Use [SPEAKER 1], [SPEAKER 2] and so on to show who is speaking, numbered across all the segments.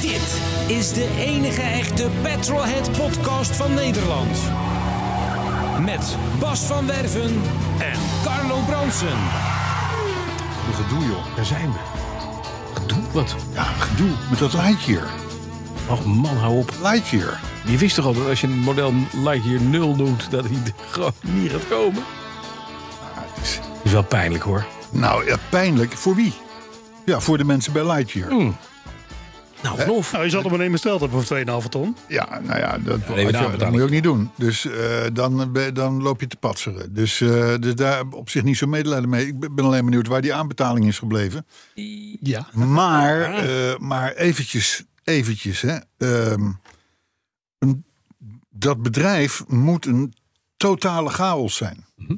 [SPEAKER 1] Dit is de enige echte Petrolhead podcast van Nederland. Met Bas van Werven en Carlo Bronsen.
[SPEAKER 2] Wat gedoe, joh. Daar zijn we.
[SPEAKER 3] Gedoe? Wat?
[SPEAKER 2] Ja, gedoe. Met dat lightje hier.
[SPEAKER 3] Och man, hou op.
[SPEAKER 2] Lightje hier.
[SPEAKER 3] Je wist toch al dat als je een model Lightyear 0 doet, dat hij er gewoon niet gaat komen? Dat is wel pijnlijk hoor.
[SPEAKER 2] Nou, ja, pijnlijk. Voor wie? Ja, voor de mensen bij Lightyear.
[SPEAKER 3] Nou, of.
[SPEAKER 4] Nou, je zat hem alleen besteld hebben voor 2,5 ton.
[SPEAKER 2] Ja, nou ja, dat,
[SPEAKER 3] nee, maar daar
[SPEAKER 2] dat
[SPEAKER 3] betaal
[SPEAKER 2] moet
[SPEAKER 3] ik.
[SPEAKER 2] je ook niet doen. Dus eh, dan, ben- dan loop je te patseren. Dus, eh, dus daar op zich niet zo medelijden mee. Ik ben ben alleen benieuwd waar die aanbetaling is gebleven.
[SPEAKER 3] Ja.
[SPEAKER 2] Maar, eh, maar eventjes, eventjes hè. Ehm, een- dat bedrijf moet een totale chaos zijn.
[SPEAKER 3] Mhm.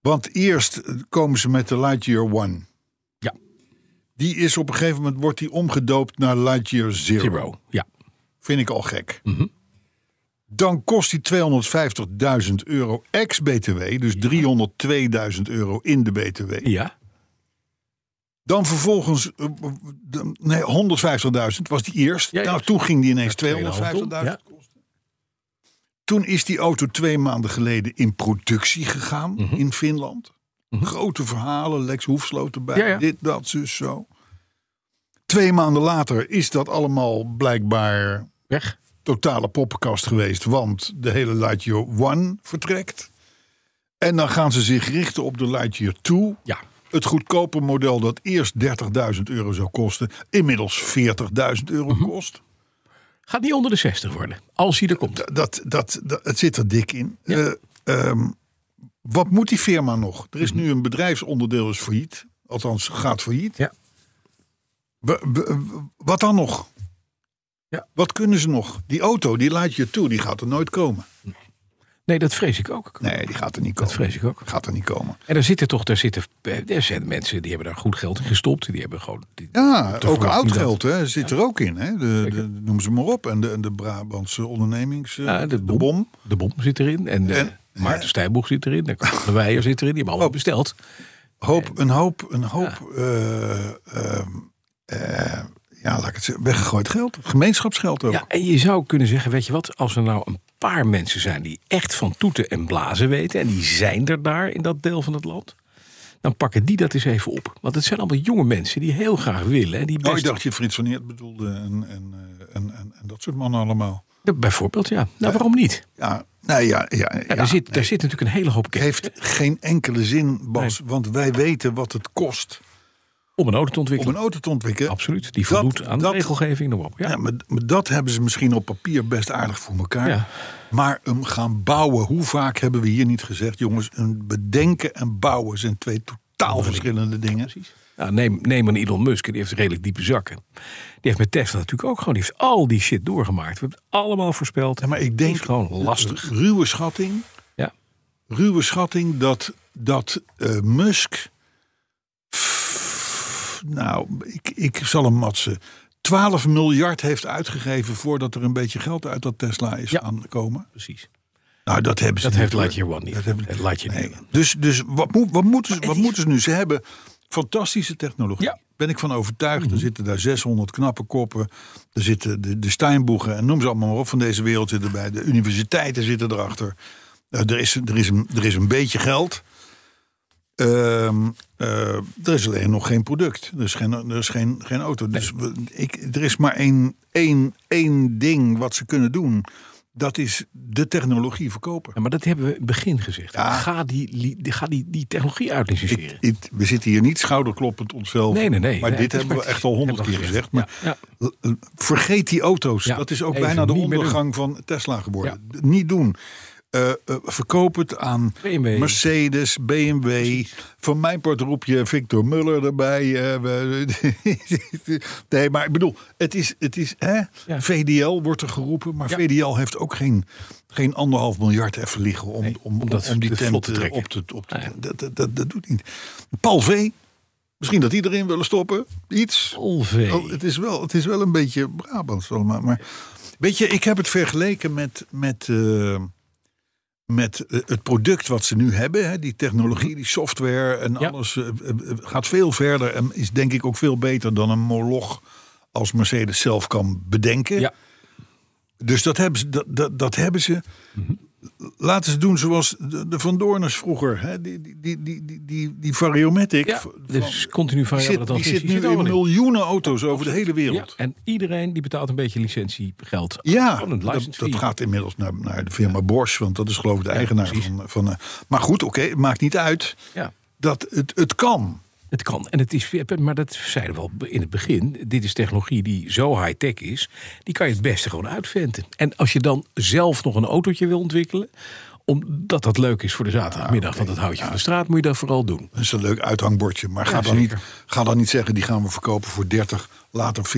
[SPEAKER 2] Want eerst komen ze met de Lightyear One.
[SPEAKER 3] Ja.
[SPEAKER 2] Die is op een gegeven moment wordt die omgedoopt naar Lightyear Zero.
[SPEAKER 3] Zero. Eh, Ja.
[SPEAKER 2] Vind ik al gek.
[SPEAKER 3] Mhm.
[SPEAKER 2] Dan kost die 250.000 euro ex-BTW, dus 302.000 euro in de BTW.
[SPEAKER 3] Ja.
[SPEAKER 2] Dan vervolgens, eh, de- nee, 150.000 was die eerst.
[SPEAKER 3] Ja, ja.
[SPEAKER 2] Nou, toen ging die ineens
[SPEAKER 3] Ja, 2,5 ton,
[SPEAKER 2] 250.000
[SPEAKER 3] ja.
[SPEAKER 2] kosten. Toen is die auto twee maanden geleden in productie gegaan
[SPEAKER 3] Mhm.
[SPEAKER 2] in Finland. Grote verhalen, Lex Hoefsloot erbij,
[SPEAKER 3] Ja, ja.
[SPEAKER 2] dit, dat, zus, zo. Twee maanden later is dat allemaal blijkbaar
[SPEAKER 3] Weg.
[SPEAKER 2] totale poppenkast geweest, want de hele Lightyear One vertrekt. En dan gaan ze zich richten op de Lightyear 2.
[SPEAKER 3] Ja.
[SPEAKER 2] Het goedkope model dat eerst 30.000 euro zou kosten, inmiddels 40.000 euro
[SPEAKER 3] Mhm.
[SPEAKER 2] kost.
[SPEAKER 3] Gaat niet onder de 60 worden. Als hij er komt.
[SPEAKER 2] Dat, dat, dat, het zit er dik in. Eh, ehm, wat moet die firma nog? Er
[SPEAKER 3] Mhm.
[SPEAKER 2] is nu een bedrijfsonderdeel is failliet. Althans, gaat failliet.
[SPEAKER 3] Ja.
[SPEAKER 2] W- w- wat dan nog?
[SPEAKER 3] Ja.
[SPEAKER 2] Wat kunnen ze nog? Die auto, die Lightyear 2, die gaat er nooit komen.
[SPEAKER 3] Nee, dat vrees ik ook.
[SPEAKER 2] Nee, die gaat er niet komen.
[SPEAKER 3] Dat vrees ik ook.
[SPEAKER 2] Gaat er niet komen.
[SPEAKER 3] En er zitten toch daar zitten, eh, er zijn mensen die hebben daar goed geld in gestopt. Die hebben gewoon. die-
[SPEAKER 2] Ja,
[SPEAKER 3] de
[SPEAKER 2] ook
[SPEAKER 3] verwachting
[SPEAKER 2] oud
[SPEAKER 3] dat-
[SPEAKER 2] geld hè, zit er ook in. Hè? De, de- noem ze maar op. En de, en de Brabantse ondernemings... eh,
[SPEAKER 3] Ja,
[SPEAKER 2] de, bom.
[SPEAKER 3] De bom zit erin. En, Oh. eh,
[SPEAKER 2] En-
[SPEAKER 3] Maarten Stijnboeg zit erin. En Carl de Weijer zit erin. Die hebben allemaal besteld.
[SPEAKER 2] Hoop, een hoop, een hoop... eh, ehm, eh, ja, laat ik het zeggen. Weggegooid geld. Gemeenschapsgeld ook. Oh,
[SPEAKER 3] Ja, en je zou kunnen zeggen, weet je wat, als er nou een paar mensen zijn die echt van toeten en blazen weten, en die zijn er daar in dat deel van het land, dan pakken die dat eens even op. Want het zijn allemaal jonge mensen die heel graag willen. En die
[SPEAKER 2] Oh,
[SPEAKER 3] best...
[SPEAKER 2] ik dacht je Frits van Eert bedoelde en, en, eh, en, en, en dat soort mannen allemaal.
[SPEAKER 3] Ja, Bijvoorbeeld, ja. Nou, waarom niet?
[SPEAKER 2] Ja, nou ja, ja, ja,
[SPEAKER 3] Ja, daar, zit, daar zit natuurlijk een hele hoop
[SPEAKER 2] Het
[SPEAKER 3] kennis
[SPEAKER 2] heeft geen enkele zin, Bas. Want wij weten wat het kost
[SPEAKER 3] om een auto te
[SPEAKER 2] om
[SPEAKER 3] ontwikkelen.
[SPEAKER 2] een auto te ontwikkelen.
[SPEAKER 3] Absoluut. Die
[SPEAKER 2] Dat-
[SPEAKER 3] voldoet aan
[SPEAKER 2] dat-
[SPEAKER 3] de regelgeving. noem maar op. Ja.
[SPEAKER 2] Ja, maar, maar dat hebben ze misschien op papier best aardig voor elkaar.
[SPEAKER 3] Ja.
[SPEAKER 2] Maar hem gaan bouwen, hoe vaak hebben we hier niet gezegd, jongens, een bedenken en bouwen zijn twee totaal verschillende dingen.
[SPEAKER 3] Nou, neem, neem een Elon Musk, die heeft redelijk diepe zakken. Die heeft met Tesla natuurlijk ook gewoon, die heeft al die shit doorgemaakt. We hebben het allemaal voorspeld.
[SPEAKER 2] Ja, maar ik
[SPEAKER 3] Het
[SPEAKER 2] denk
[SPEAKER 3] is gewoon lastig.
[SPEAKER 2] ru- Ruwe schatting,
[SPEAKER 3] Ja.
[SPEAKER 2] ruwe schatting dat, dat eh, Musk, nou, ik, ik zal hem matsen, 12 miljard heeft uitgegeven voordat er een beetje geld uit dat Tesla is
[SPEAKER 3] Ja.
[SPEAKER 2] aangekomen.
[SPEAKER 3] Precies.
[SPEAKER 2] Nou, dat hebben ze
[SPEAKER 3] Dat
[SPEAKER 2] niet
[SPEAKER 3] heeft
[SPEAKER 2] door.
[SPEAKER 3] Lightyear One niet.
[SPEAKER 2] Dat hebben-
[SPEAKER 3] Eh, Lightyear
[SPEAKER 2] Nee.
[SPEAKER 3] Nederland.
[SPEAKER 2] Dus, dus wat, moet, wat, moeten, ze, wat
[SPEAKER 3] is-
[SPEAKER 2] moeten ze nu? Ze hebben fantastische technologie.
[SPEAKER 3] Ja. Mhm.
[SPEAKER 2] Ben ik van overtuigd. Er zitten daar 600 knappe koppen. Er zitten de, de Steinboegen en noem ze allemaal maar op van deze wereld zitten erbij. De universiteiten zitten erachter. Eh, er, is, er, is een, er is een beetje geld. Ehm, eh, er is alleen nog geen product. Er is geen, er is geen, geen auto. Dus we- ik, er is maar één, één, één ding wat ze kunnen doen. Dat is de technologie verkopen.
[SPEAKER 3] Ja, maar dat hebben we in het begin gezegd.
[SPEAKER 2] Ja.
[SPEAKER 3] Ga, die, li- die- ga die, die technologie uitliciteren.
[SPEAKER 2] Ik- ik- we zitten hier niet schouderkloppend onszelf.
[SPEAKER 3] Nee, nee, nee.
[SPEAKER 2] Maar
[SPEAKER 3] Nee,
[SPEAKER 2] dit
[SPEAKER 3] dat is
[SPEAKER 2] hebben we
[SPEAKER 3] praktisch.
[SPEAKER 2] echt al honderd keer
[SPEAKER 3] Hebben we al
[SPEAKER 2] gezegd. Maar
[SPEAKER 3] gezegd. Ja,
[SPEAKER 2] l- l- vergeet die auto's.
[SPEAKER 3] Ja,
[SPEAKER 2] dat is ook
[SPEAKER 3] even
[SPEAKER 2] bijna de
[SPEAKER 3] niet meer
[SPEAKER 2] ondergang van Tesla geworden.
[SPEAKER 3] Ja.
[SPEAKER 2] D- Niet doen. eh, eh, verkoop het aan
[SPEAKER 3] BMW.
[SPEAKER 2] Mercedes, BMW. Van mijn part roep je Victor Muller erbij. eh, we- nee, maar ik bedoel, het is, het is hè? VDL wordt er geroepen. Maar
[SPEAKER 3] Ja.
[SPEAKER 2] VDL heeft ook geen, geen anderhalf miljard even liggen om, om, om,
[SPEAKER 3] dat
[SPEAKER 2] om die
[SPEAKER 3] te
[SPEAKER 2] tent
[SPEAKER 3] vlot te
[SPEAKER 2] eh,
[SPEAKER 3] trekken.
[SPEAKER 2] op te... Op te
[SPEAKER 3] Ah,
[SPEAKER 2] dat, dat, dat, dat doet niet. Paul V. Misschien dat die erin willen stoppen. Iets.
[SPEAKER 3] Olvee.
[SPEAKER 2] Oh, het, is wel, het is wel een beetje Brabants allemaal. Maar weet je, ik heb het vergeleken met, met, eh, met eh, het product wat ze nu hebben. Hè? Die technologie, die software en
[SPEAKER 3] Ja.
[SPEAKER 2] alles eh, eh, eh, gaat veel verder. En is denk ik ook veel beter dan een moloch als Mercedes zelf kan bedenken.
[SPEAKER 3] Ja.
[SPEAKER 2] Dus dat hebben ze. Dat, dat, dat hebben ze. Laten ze doen zoals de, de Van Doorners vroeger. Hè? Die, die, die, die, die, die, die variomatic.
[SPEAKER 3] Ja,
[SPEAKER 2] van-
[SPEAKER 3] dus continu
[SPEAKER 2] die
[SPEAKER 3] variabele
[SPEAKER 2] zit, die zit
[SPEAKER 3] transitie
[SPEAKER 2] nu in
[SPEAKER 3] allemaal in.
[SPEAKER 2] miljoenen auto's over de hele
[SPEAKER 3] Ja,
[SPEAKER 2] wereld.
[SPEAKER 3] en iedereen die betaalt een beetje licentiegeld.
[SPEAKER 2] Ja,
[SPEAKER 3] Van een
[SPEAKER 2] dat,
[SPEAKER 3] license
[SPEAKER 2] dat
[SPEAKER 3] fee.
[SPEAKER 2] gaat inmiddels naar, naar de firma Bosch, want dat is geloof ik de eigenaar
[SPEAKER 3] precies.
[SPEAKER 2] van. van eh, maar goed, oké, het maakt niet uit.
[SPEAKER 3] Ja,
[SPEAKER 2] Dat het, het kan.
[SPEAKER 3] het kan. En het is, maar dat zeiden we al in het begin. Dit is technologie die zo high-tech is. Die kan je het beste gewoon uitventen. En als je dan zelf nog een autootje wil ontwikkelen omdat dat leuk is voor de zaterdagmiddag, want dat houd je van de straat, moet je dat vooral doen.
[SPEAKER 2] Dat is een leuk uithangbordje. Maar ga, dan niet,
[SPEAKER 3] zeker.
[SPEAKER 2] ga dan niet zeggen, die gaan we verkopen voor 30, later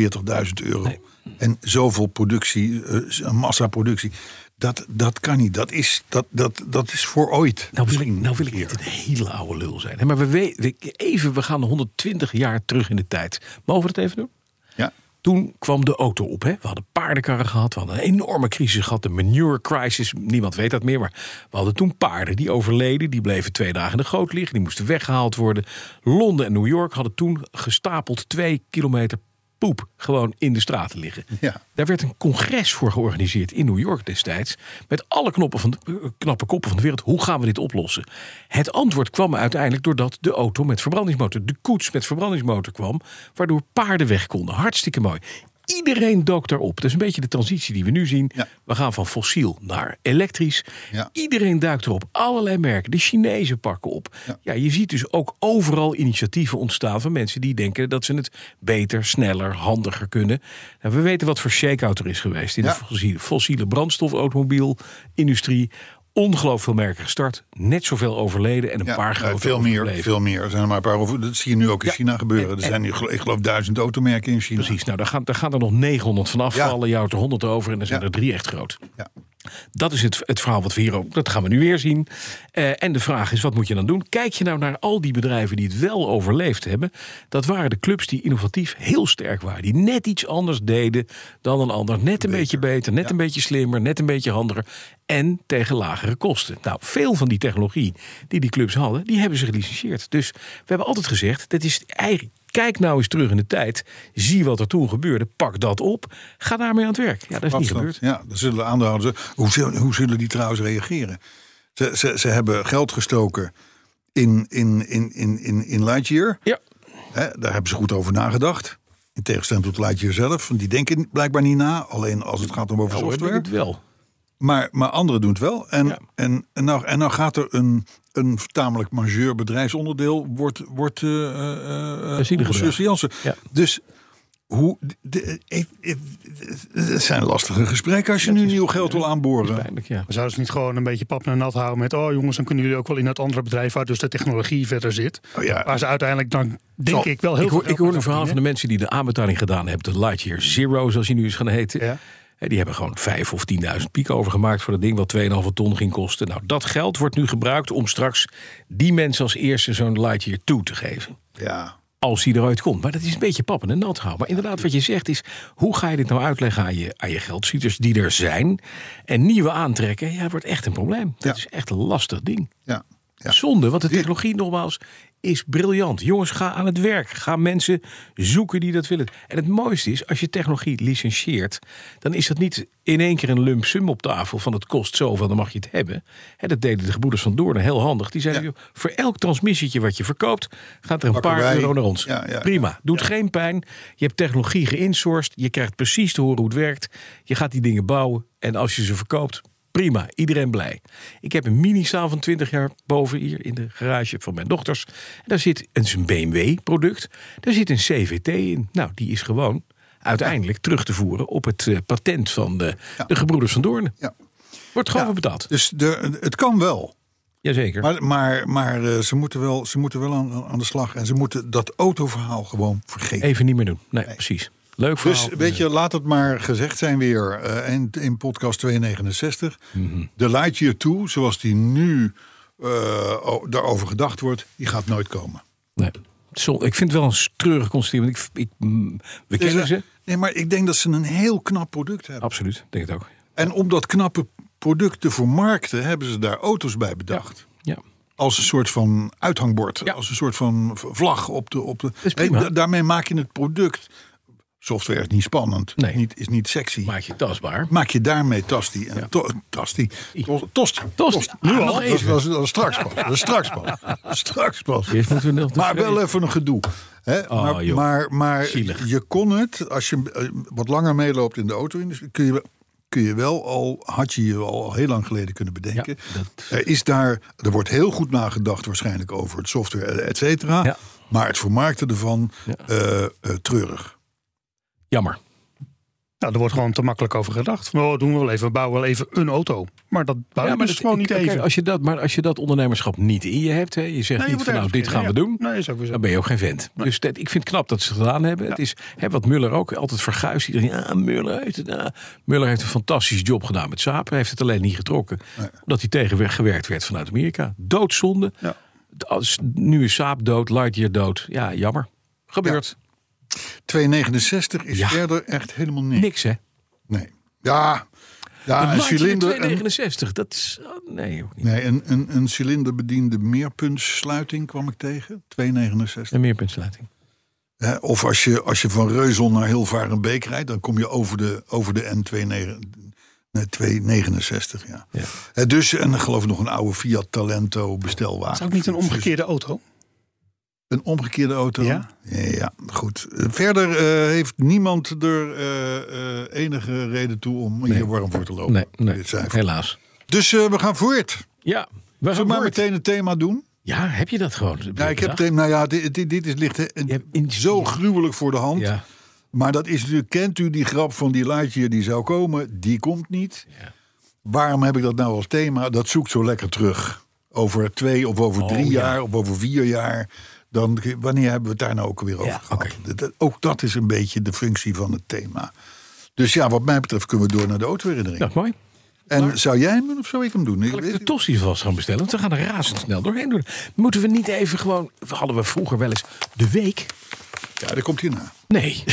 [SPEAKER 2] 40.000 euro. En zoveel productie, eh, massaproductie. Dat, dat kan niet. Dat is, dat, dat, dat is voor ooit.
[SPEAKER 3] Nou wil, ik,
[SPEAKER 2] Misschien
[SPEAKER 3] nou wil ik
[SPEAKER 2] een
[SPEAKER 3] niet
[SPEAKER 2] keer.
[SPEAKER 3] een hele oude lul zijn. hè, Maar we, we, we- even, we gaan 120 jaar terug in de tijd. Mogen we dat even doen?
[SPEAKER 2] Ja.
[SPEAKER 3] Toen kwam de auto op. Hè? We hadden paardenkarren gehad. We hadden een enorme crisis gehad. De manure crisis. Niemand weet dat meer. Maar we hadden toen paarden die overleden. Die bleven twee dagen in de goot liggen. Die moesten weggehaald worden. Londen en New York hadden toen gestapeld twee kilometer poep gewoon in de straten liggen.
[SPEAKER 2] Ja.
[SPEAKER 3] Daar werd een congres voor georganiseerd in New York destijds. Met alle knoppen van de, eh, knappe koppen van de wereld. Hoe gaan we dit oplossen? Het antwoord kwam uiteindelijk doordat de auto met verbrandingsmotor, de koets met verbrandingsmotor kwam. Waardoor paarden weg konden. Hartstikke mooi. Iedereen dook daarop. Dat is een beetje de transitie die we nu zien.
[SPEAKER 2] Ja.
[SPEAKER 3] We gaan van fossiel naar elektrisch.
[SPEAKER 2] Ja.
[SPEAKER 3] Iedereen duikt erop. Allerlei merken. De Chinezen pakken op. Ja. je ziet dus ook overal initiatieven ontstaan van mensen die denken dat ze het beter, sneller, handiger kunnen. Nou, we weten wat voor shakeout er is geweest in
[SPEAKER 2] Ja.
[SPEAKER 3] de fossiele, fossiele brandstof, automobielindustrie. Ongelooflijk veel merken gestart. Net zoveel overleden en een
[SPEAKER 2] Ja,
[SPEAKER 3] paar
[SPEAKER 2] nou,
[SPEAKER 3] grote
[SPEAKER 2] veel meer,
[SPEAKER 3] overbleven.
[SPEAKER 2] veel meer. Er zijn er maar een paar over. Dat zie je nu ook in
[SPEAKER 3] Ja,
[SPEAKER 2] China gebeuren.
[SPEAKER 3] en-
[SPEAKER 2] Er
[SPEAKER 3] en-
[SPEAKER 2] zijn, nu, gelo- ik geloof, duizend automerken in China.
[SPEAKER 3] Precies, nou daar gaan, daar gaan er nog 900 van afvallen. Je houdt er 100 over en er zijn
[SPEAKER 2] Ja.
[SPEAKER 3] er drie echt groot.
[SPEAKER 2] Ja.
[SPEAKER 3] Dat is het, het verhaal wat we hier ook. Dat gaan we nu weer zien. Eh, en de vraag is: wat moet je dan doen? Kijk je nou naar al die bedrijven die het wel overleefd hebben? Dat waren de clubs die innovatief heel sterk waren. Die net iets anders deden dan een ander. Net een beetje beter, net een beetje slimmer, net een beetje handiger. En tegen lagere kosten. Nou, veel van die technologie die die clubs hadden, die hebben ze gelicentieerd. Dus we hebben altijd gezegd: dat is eigenlijk. Kijk nou eens terug in de tijd. Zie wat er toen gebeurde. Pak dat op. Ga daarmee aan het werk. Ja, dat is niet
[SPEAKER 2] Afstand.
[SPEAKER 3] gebeurd.
[SPEAKER 2] Ja, dan zullen de aandeelhouders. Hoe zullen, hoe zullen die trouwens reageren? Ze, ze, ze hebben geld gestoken in, in, in, in, in, in Lightyear.
[SPEAKER 3] Ja,
[SPEAKER 2] Hè, daar hebben ze goed over nagedacht. In tegenstelling tot Lightyear zelf. Want die denken blijkbaar niet na. Alleen als het gaat om over
[SPEAKER 3] zo heb ik
[SPEAKER 2] software.
[SPEAKER 3] het wel.
[SPEAKER 2] Maar, maar anderen doen het wel. En,
[SPEAKER 3] Ja.
[SPEAKER 2] en, en, nou, en nou gaat er een, een tamelijk majeur bedrijfsonderdeel... wordt, wordt eh, eh, eh,
[SPEAKER 3] Een zielig
[SPEAKER 2] onder
[SPEAKER 3] bedrijf.
[SPEAKER 2] surveillance.
[SPEAKER 3] Ja.
[SPEAKER 2] Dus hoe, de- eh, eh, het zijn lastige gesprekken als je nu nieuw geld wil aanboren.
[SPEAKER 3] Pijnlijk, ja.
[SPEAKER 4] Maar zouden ze niet gewoon een beetje pap naar nat houden met... oh jongens, dan kunnen jullie ook wel in dat andere bedrijf... waar dus de technologie verder zit.
[SPEAKER 2] Oh ja.
[SPEAKER 4] Waar ze uiteindelijk dan, denk
[SPEAKER 2] Zo,
[SPEAKER 4] ik, wel heel
[SPEAKER 3] ik
[SPEAKER 4] veel
[SPEAKER 3] hoor,
[SPEAKER 4] geld
[SPEAKER 3] ik hoor
[SPEAKER 4] mee
[SPEAKER 3] een verhaal van de
[SPEAKER 4] verdienen.
[SPEAKER 3] mensen die de aanbetaling gedaan hebben. De Lightyear Zero, zoals hij nu is gaan heten.
[SPEAKER 4] Ja.
[SPEAKER 3] En Die hebben gewoon 5 of 10.000 piek overgemaakt voor dat ding wat 2,5 ton ging kosten. Nou, dat geld wordt nu gebruikt om straks die mensen als eerste zo'n Lightyear toe te geven.
[SPEAKER 2] Ja.
[SPEAKER 3] Als hij eruit komt. Maar dat is een beetje pappen en nat houden. Maar inderdaad, wat je zegt is, hoe ga je dit nou uitleggen aan je, aan je geldzieters die er zijn? En nieuwe aantrekken, ja, wordt echt een probleem. Dat
[SPEAKER 2] Ja.
[SPEAKER 3] is echt een lastig ding.
[SPEAKER 2] Ja. ja.
[SPEAKER 3] Zonde, want de technologie nogmaals is briljant. Jongens, ga aan het werk. Ga mensen zoeken die dat willen. En het mooiste is, als je technologie licentieert... dan is dat niet in één keer een lump sum op tafel... van het kost zoveel, dan mag je het hebben. Hè, dat deden de gebroeders van Doorn heel handig. Die zeiden,
[SPEAKER 2] Ja.
[SPEAKER 3] joh, voor elk transmissietje wat je verkoopt... gaat er een
[SPEAKER 2] Pakken
[SPEAKER 3] paar
[SPEAKER 2] wij.
[SPEAKER 3] euro naar ons.
[SPEAKER 2] Ja, ja,
[SPEAKER 3] Prima, doet geen pijn. Je hebt technologie geïnsourced. Je krijgt precies te horen hoe het werkt. Je gaat die dingen bouwen. En als je ze verkoopt, prima. Iedereen blij. Ik heb een mini-zaal van 20 jaar boven hier in de garage van mijn dochters. En daar zit een, is een BMW-product. Daar zit een CVT in. Nou, die is gewoon uiteindelijk terug te voeren op het eh, patent van de, de eh, gebroeders van Doorn.
[SPEAKER 2] Ja.
[SPEAKER 3] Wordt gewoon
[SPEAKER 2] Ja.
[SPEAKER 3] voor betaald.
[SPEAKER 2] Dus de, het kan wel.
[SPEAKER 3] Jazeker.
[SPEAKER 2] Maar, maar, maar eh, ze moeten wel, ze moeten wel aan, aan de slag. En ze moeten dat autoverhaal gewoon vergeten.
[SPEAKER 3] Even niet meer doen. Nee, precies. Leuk verhaal.
[SPEAKER 2] Dus weet je, laat het maar gezegd zijn weer eh, in, in podcast 269.
[SPEAKER 3] Mhm.
[SPEAKER 2] De Lightyear 2, zoals die nu eh, o- daarover gedacht wordt, die gaat nooit komen.
[SPEAKER 3] Nee. Zo, ik vind het wel een treurig constatement. Ik, ik, mm, we
[SPEAKER 2] Dus,
[SPEAKER 3] kennen
[SPEAKER 2] eh,
[SPEAKER 3] ze.
[SPEAKER 2] Nee, maar ik denk dat ze een heel knap product hebben.
[SPEAKER 3] Absoluut, ik denk het ook.
[SPEAKER 2] En om dat knappe product te vermarkten, hebben ze daar auto's bij bedacht.
[SPEAKER 3] Ja.
[SPEAKER 2] Als een soort van uithangbord,
[SPEAKER 3] Ja.
[SPEAKER 2] als een soort van v- vlag op de. Op de
[SPEAKER 3] is prima.
[SPEAKER 2] da- daarmee maak je het product. Software is niet spannend,
[SPEAKER 3] Nee.
[SPEAKER 2] niet, is niet sexy.
[SPEAKER 3] Maak je tastbaar.
[SPEAKER 2] Maak je daarmee Tasti en to- Tasti. To- Tosti.
[SPEAKER 3] Tosti.
[SPEAKER 2] Nu
[SPEAKER 3] Ah,
[SPEAKER 2] al.
[SPEAKER 3] nog
[SPEAKER 2] Dat is,
[SPEAKER 3] even.
[SPEAKER 2] dat, is, dat is straks pas. Dat is straks pas. Dat is straks pas.
[SPEAKER 3] Eerst moeten we nog de
[SPEAKER 2] Maar wel
[SPEAKER 3] vrees-
[SPEAKER 2] even een gedoe. Hè?
[SPEAKER 3] Oh,
[SPEAKER 2] maar
[SPEAKER 3] joh.
[SPEAKER 2] maar, maar
[SPEAKER 3] Zielig.
[SPEAKER 2] je kon het, als je eh, wat langer meeloopt in de auto-industrie, kun je, kun je wel al, had je je al heel lang geleden kunnen bedenken.
[SPEAKER 3] Ja, dat-
[SPEAKER 2] Er, is daar, er wordt heel goed nagedacht waarschijnlijk over het software, eh, et cetera.
[SPEAKER 3] Ja.
[SPEAKER 2] Maar het vermarkten ervan,
[SPEAKER 3] Ja.
[SPEAKER 2] eh, eh, treurig.
[SPEAKER 3] Jammer.
[SPEAKER 4] Oh, Nou, er wordt gewoon te makkelijk over gedacht. Nou, doen we wel even, we bouwen wel even een auto. Maar dat bouwen we
[SPEAKER 3] maar
[SPEAKER 4] dus
[SPEAKER 3] dat-
[SPEAKER 4] gewoon
[SPEAKER 3] ik-
[SPEAKER 4] niet
[SPEAKER 3] kijk,
[SPEAKER 4] even.
[SPEAKER 3] als je dat, maar als je dat ondernemerschap niet in je hebt, hè, je zegt
[SPEAKER 4] je
[SPEAKER 3] niet
[SPEAKER 4] moet
[SPEAKER 3] van nou,
[SPEAKER 4] ergens
[SPEAKER 3] dit gaan we
[SPEAKER 4] beginnen,
[SPEAKER 3] doen.
[SPEAKER 4] ja. Nee, is ook weer zo.
[SPEAKER 3] Dan ben je ook geen vent. Dus dat, ik vind het knap dat ze het gedaan hebben. Het is hè, wat Muller ook altijd verguist. Iedereen, ja, Muller heeft, het, ja. Muller heeft een fantastische job gedaan met Saab. Hij heeft het alleen niet getrokken. Omdat hij tegengewerkt werd vanuit Amerika. Doodzonde.
[SPEAKER 4] Ja.
[SPEAKER 3] Als, nu is Saab dood, Lightyear dood. Ja, jammer. Gebeurt.
[SPEAKER 2] 269 is
[SPEAKER 3] Ja.
[SPEAKER 2] verder echt helemaal niks.
[SPEAKER 3] Niks, hè?
[SPEAKER 2] Nee. Ja, ja een
[SPEAKER 3] Lightyear
[SPEAKER 2] cilinder. een-
[SPEAKER 3] 269, dat is... oh, nee, ook niet.
[SPEAKER 2] Nee, een, een, een cilinderbediende meerpuntssluiting kwam ik tegen. 269.
[SPEAKER 3] Een meerpuntsluiting.
[SPEAKER 2] Hè, of als je, als je van Reusel naar Hilvarenbeek rijdt, dan kom je over de, over de N29. Nee, 269, ja.
[SPEAKER 3] Ja.
[SPEAKER 2] Hè, dus, en dan geloof ik nog een oude Fiat Talento bestelwagen.
[SPEAKER 4] Is ook niet een omgekeerde auto.
[SPEAKER 2] Een omgekeerde auto?
[SPEAKER 4] Ja.
[SPEAKER 2] Ja, goed. Eh, Verder eh, heeft niemand er eh, eh, enige reden toe om hier warm voor te lopen.
[SPEAKER 3] Nee, nee.
[SPEAKER 2] Oh, Dit cijfer.
[SPEAKER 3] helaas.
[SPEAKER 2] Dus eh, we gaan voort.
[SPEAKER 3] Ja, we gaan
[SPEAKER 2] Zullen we maar
[SPEAKER 3] voort.
[SPEAKER 2] meteen het thema doen?
[SPEAKER 3] Ja, heb je dat gewoon?
[SPEAKER 2] Ja, ik heb
[SPEAKER 3] bedacht?
[SPEAKER 2] het, nou ja, dit, dit, dit is licht hè,
[SPEAKER 3] hebt in-
[SPEAKER 2] zo gruwelijk voor de hand.
[SPEAKER 3] Ja.
[SPEAKER 2] Maar dat is natuurlijk, kent u die grap van die laatje die zou komen? Die komt niet.
[SPEAKER 3] Ja.
[SPEAKER 2] Waarom heb ik dat nou als thema? Dat zoekt zo lekker terug. Over twee of over
[SPEAKER 3] Oh,
[SPEAKER 2] drie
[SPEAKER 3] ja.
[SPEAKER 2] jaar of over vier jaar. Dan, wanneer hebben we het daar nou ook weer over
[SPEAKER 3] Ja,
[SPEAKER 2] gehad?
[SPEAKER 3] oké.
[SPEAKER 2] Dat- dat- ook dat is een beetje de functie van het thema. Dus ja, wat mij betreft kunnen we door naar de autoherinnering.
[SPEAKER 3] Nou, mooi.
[SPEAKER 2] en zou jij hem doen of zou ik hem doen? Ik
[SPEAKER 3] Zal ik
[SPEAKER 2] weet-
[SPEAKER 3] de tosti vast gaan bestellen? Want we gaan er razendsnel doorheen doen. Moeten we niet even gewoon... Hadden we vroeger wel eens de week?
[SPEAKER 2] Ja, dat komt hierna.
[SPEAKER 3] Nee.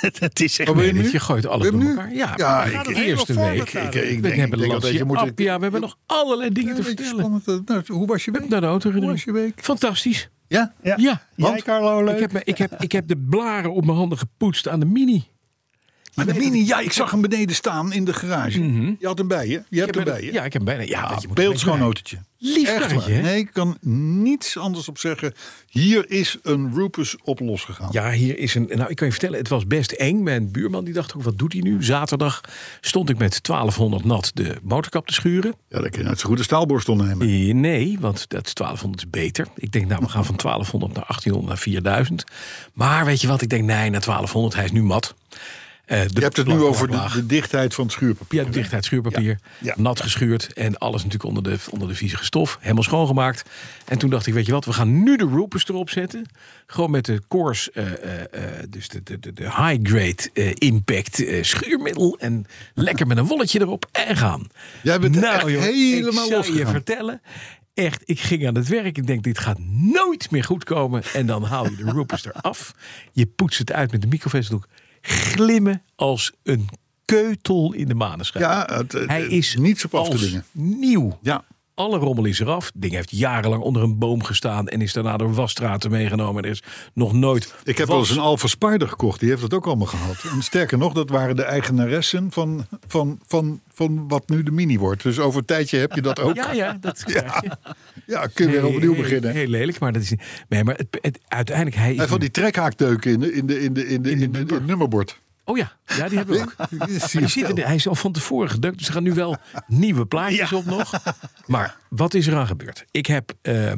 [SPEAKER 4] Het is echt...
[SPEAKER 2] Oh, wil
[SPEAKER 3] nee
[SPEAKER 2] je
[SPEAKER 3] dat
[SPEAKER 2] nu?
[SPEAKER 3] je gooit alles
[SPEAKER 2] Wil je
[SPEAKER 3] door
[SPEAKER 2] hem nu?
[SPEAKER 3] elkaar. Ja,
[SPEAKER 2] Ja,
[SPEAKER 3] we
[SPEAKER 2] ik-
[SPEAKER 3] gaan de
[SPEAKER 4] ik-
[SPEAKER 3] eerste
[SPEAKER 4] ik-
[SPEAKER 3] week.
[SPEAKER 4] ik- ik-
[SPEAKER 2] ik denk-
[SPEAKER 3] we
[SPEAKER 2] ik
[SPEAKER 3] hebben
[SPEAKER 2] denk dat je moet-
[SPEAKER 3] Appia, we hebben nog allerlei dingen te
[SPEAKER 2] Ja, weet je,
[SPEAKER 3] vertellen.
[SPEAKER 2] spannend. Nou, hoe was je week?
[SPEAKER 3] We hebben naar de auto
[SPEAKER 2] Hoe was je
[SPEAKER 3] gedaan.
[SPEAKER 2] week?
[SPEAKER 3] Fantastisch.
[SPEAKER 2] Ja?
[SPEAKER 4] Ja.
[SPEAKER 3] Ja.
[SPEAKER 4] Jij,
[SPEAKER 2] Want?
[SPEAKER 4] Carlo, leuk.
[SPEAKER 3] Ik heb, me- ik, heb, ik heb de blaren op mijn handen gepoetst aan de Mini.
[SPEAKER 2] Maar de mini, ja, ik zag hem beneden staan in de garage. Je had hem bij je. Je hebt
[SPEAKER 3] Ik
[SPEAKER 2] hem
[SPEAKER 3] heb
[SPEAKER 2] bij je.
[SPEAKER 3] Mhm.
[SPEAKER 2] Ah,
[SPEAKER 3] Ja, ik heb bijna. Ja, dat je moet
[SPEAKER 2] Beeldschoon
[SPEAKER 3] een beetje-
[SPEAKER 2] autootje.
[SPEAKER 3] Lief
[SPEAKER 2] Echt
[SPEAKER 3] karretje,
[SPEAKER 2] waar.
[SPEAKER 3] hè?
[SPEAKER 2] Nee, ik kan niets anders op zeggen. Hier is een Rupus op losgegaan.
[SPEAKER 3] Ja, hier is een. Nou, ik kan je vertellen, het was best eng. Mijn buurman die dacht ook, wat doet hij nu? Zaterdag stond ik met 1200 nat de motorkap te schuren.
[SPEAKER 2] Ja, dan kun je net zo goed een staalborstel nemen.
[SPEAKER 3] Eh, Nee, want dat is 1200 is beter. Ik denk, nou, we gaan van 1200 naar 1800 naar 4000. Maar weet je wat? Ik denk, nee, naar 1200. Hij is nu mat. Eh, de
[SPEAKER 2] Je hebt het nu
[SPEAKER 3] plank
[SPEAKER 2] over
[SPEAKER 3] lag
[SPEAKER 2] de,
[SPEAKER 3] laag.
[SPEAKER 2] de dichtheid van het schuurpapier.
[SPEAKER 3] Ja, de dichtheid schuurpapier.
[SPEAKER 2] Ja. Ja.
[SPEAKER 3] Nat geschuurd. En alles natuurlijk onder de, onder de viezige stof. Helemaal schoongemaakt. En toen dacht ik, weet je wat, we gaan nu de Roopers erop zetten. Gewoon met de Coors, eh, eh, eh, dus de, de, de, de high-grade eh, impact eh, schuurmiddel. En lekker met een wolletje erop en gaan. Nou,
[SPEAKER 2] Jij bent echt helemaal
[SPEAKER 3] ik zou je
[SPEAKER 2] losgegaan.
[SPEAKER 3] vertellen. Echt, ik ging aan het werk. Ik denk, dit gaat nooit meer goed komen. En dan haal je de roepers eraf. Je poetst het uit met de microvezeldoek. Glimmen als een keutel in de maneschijn.
[SPEAKER 2] Ja, het- het-
[SPEAKER 3] Hij is
[SPEAKER 2] niets op af te
[SPEAKER 3] als
[SPEAKER 2] dingen.
[SPEAKER 3] nieuw.
[SPEAKER 2] Ja.
[SPEAKER 3] Alle rommel is eraf. Het ding heeft jarenlang onder een boom gestaan. En is daarna door wasstraten meegenomen. Er is nog nooit
[SPEAKER 2] Ik heb
[SPEAKER 3] was-
[SPEAKER 2] wel eens een Alfa Spider gekocht. Die heeft dat ook allemaal gehad. En sterker nog, dat waren de eigenaressen van, van, van, van wat nu de mini wordt. Dus over een tijdje heb je dat ook.
[SPEAKER 3] Ja, ja, dat krijg je.
[SPEAKER 2] Ja, kun je weer
[SPEAKER 3] Heel-
[SPEAKER 2] opnieuw
[SPEAKER 3] heel-
[SPEAKER 2] beginnen.
[SPEAKER 3] Heel lelijk, maar dat is niet. Nee, maar het, het- uiteindelijk hij. is
[SPEAKER 2] En van
[SPEAKER 3] nu-
[SPEAKER 2] die trekhaakdeuken in, de, in, de, in, de, in, de, in, de, in het nummerbord.
[SPEAKER 3] Oh ja, ja die hebben we ook.
[SPEAKER 2] Zie je
[SPEAKER 3] Maar die
[SPEAKER 2] het
[SPEAKER 3] zitten,
[SPEAKER 2] wel?
[SPEAKER 3] er- hij is al van tevoren gedrukt, dus er gaan nu wel nieuwe plaatjes op nog. Maar wat is eraan gebeurd? Ik heb eh,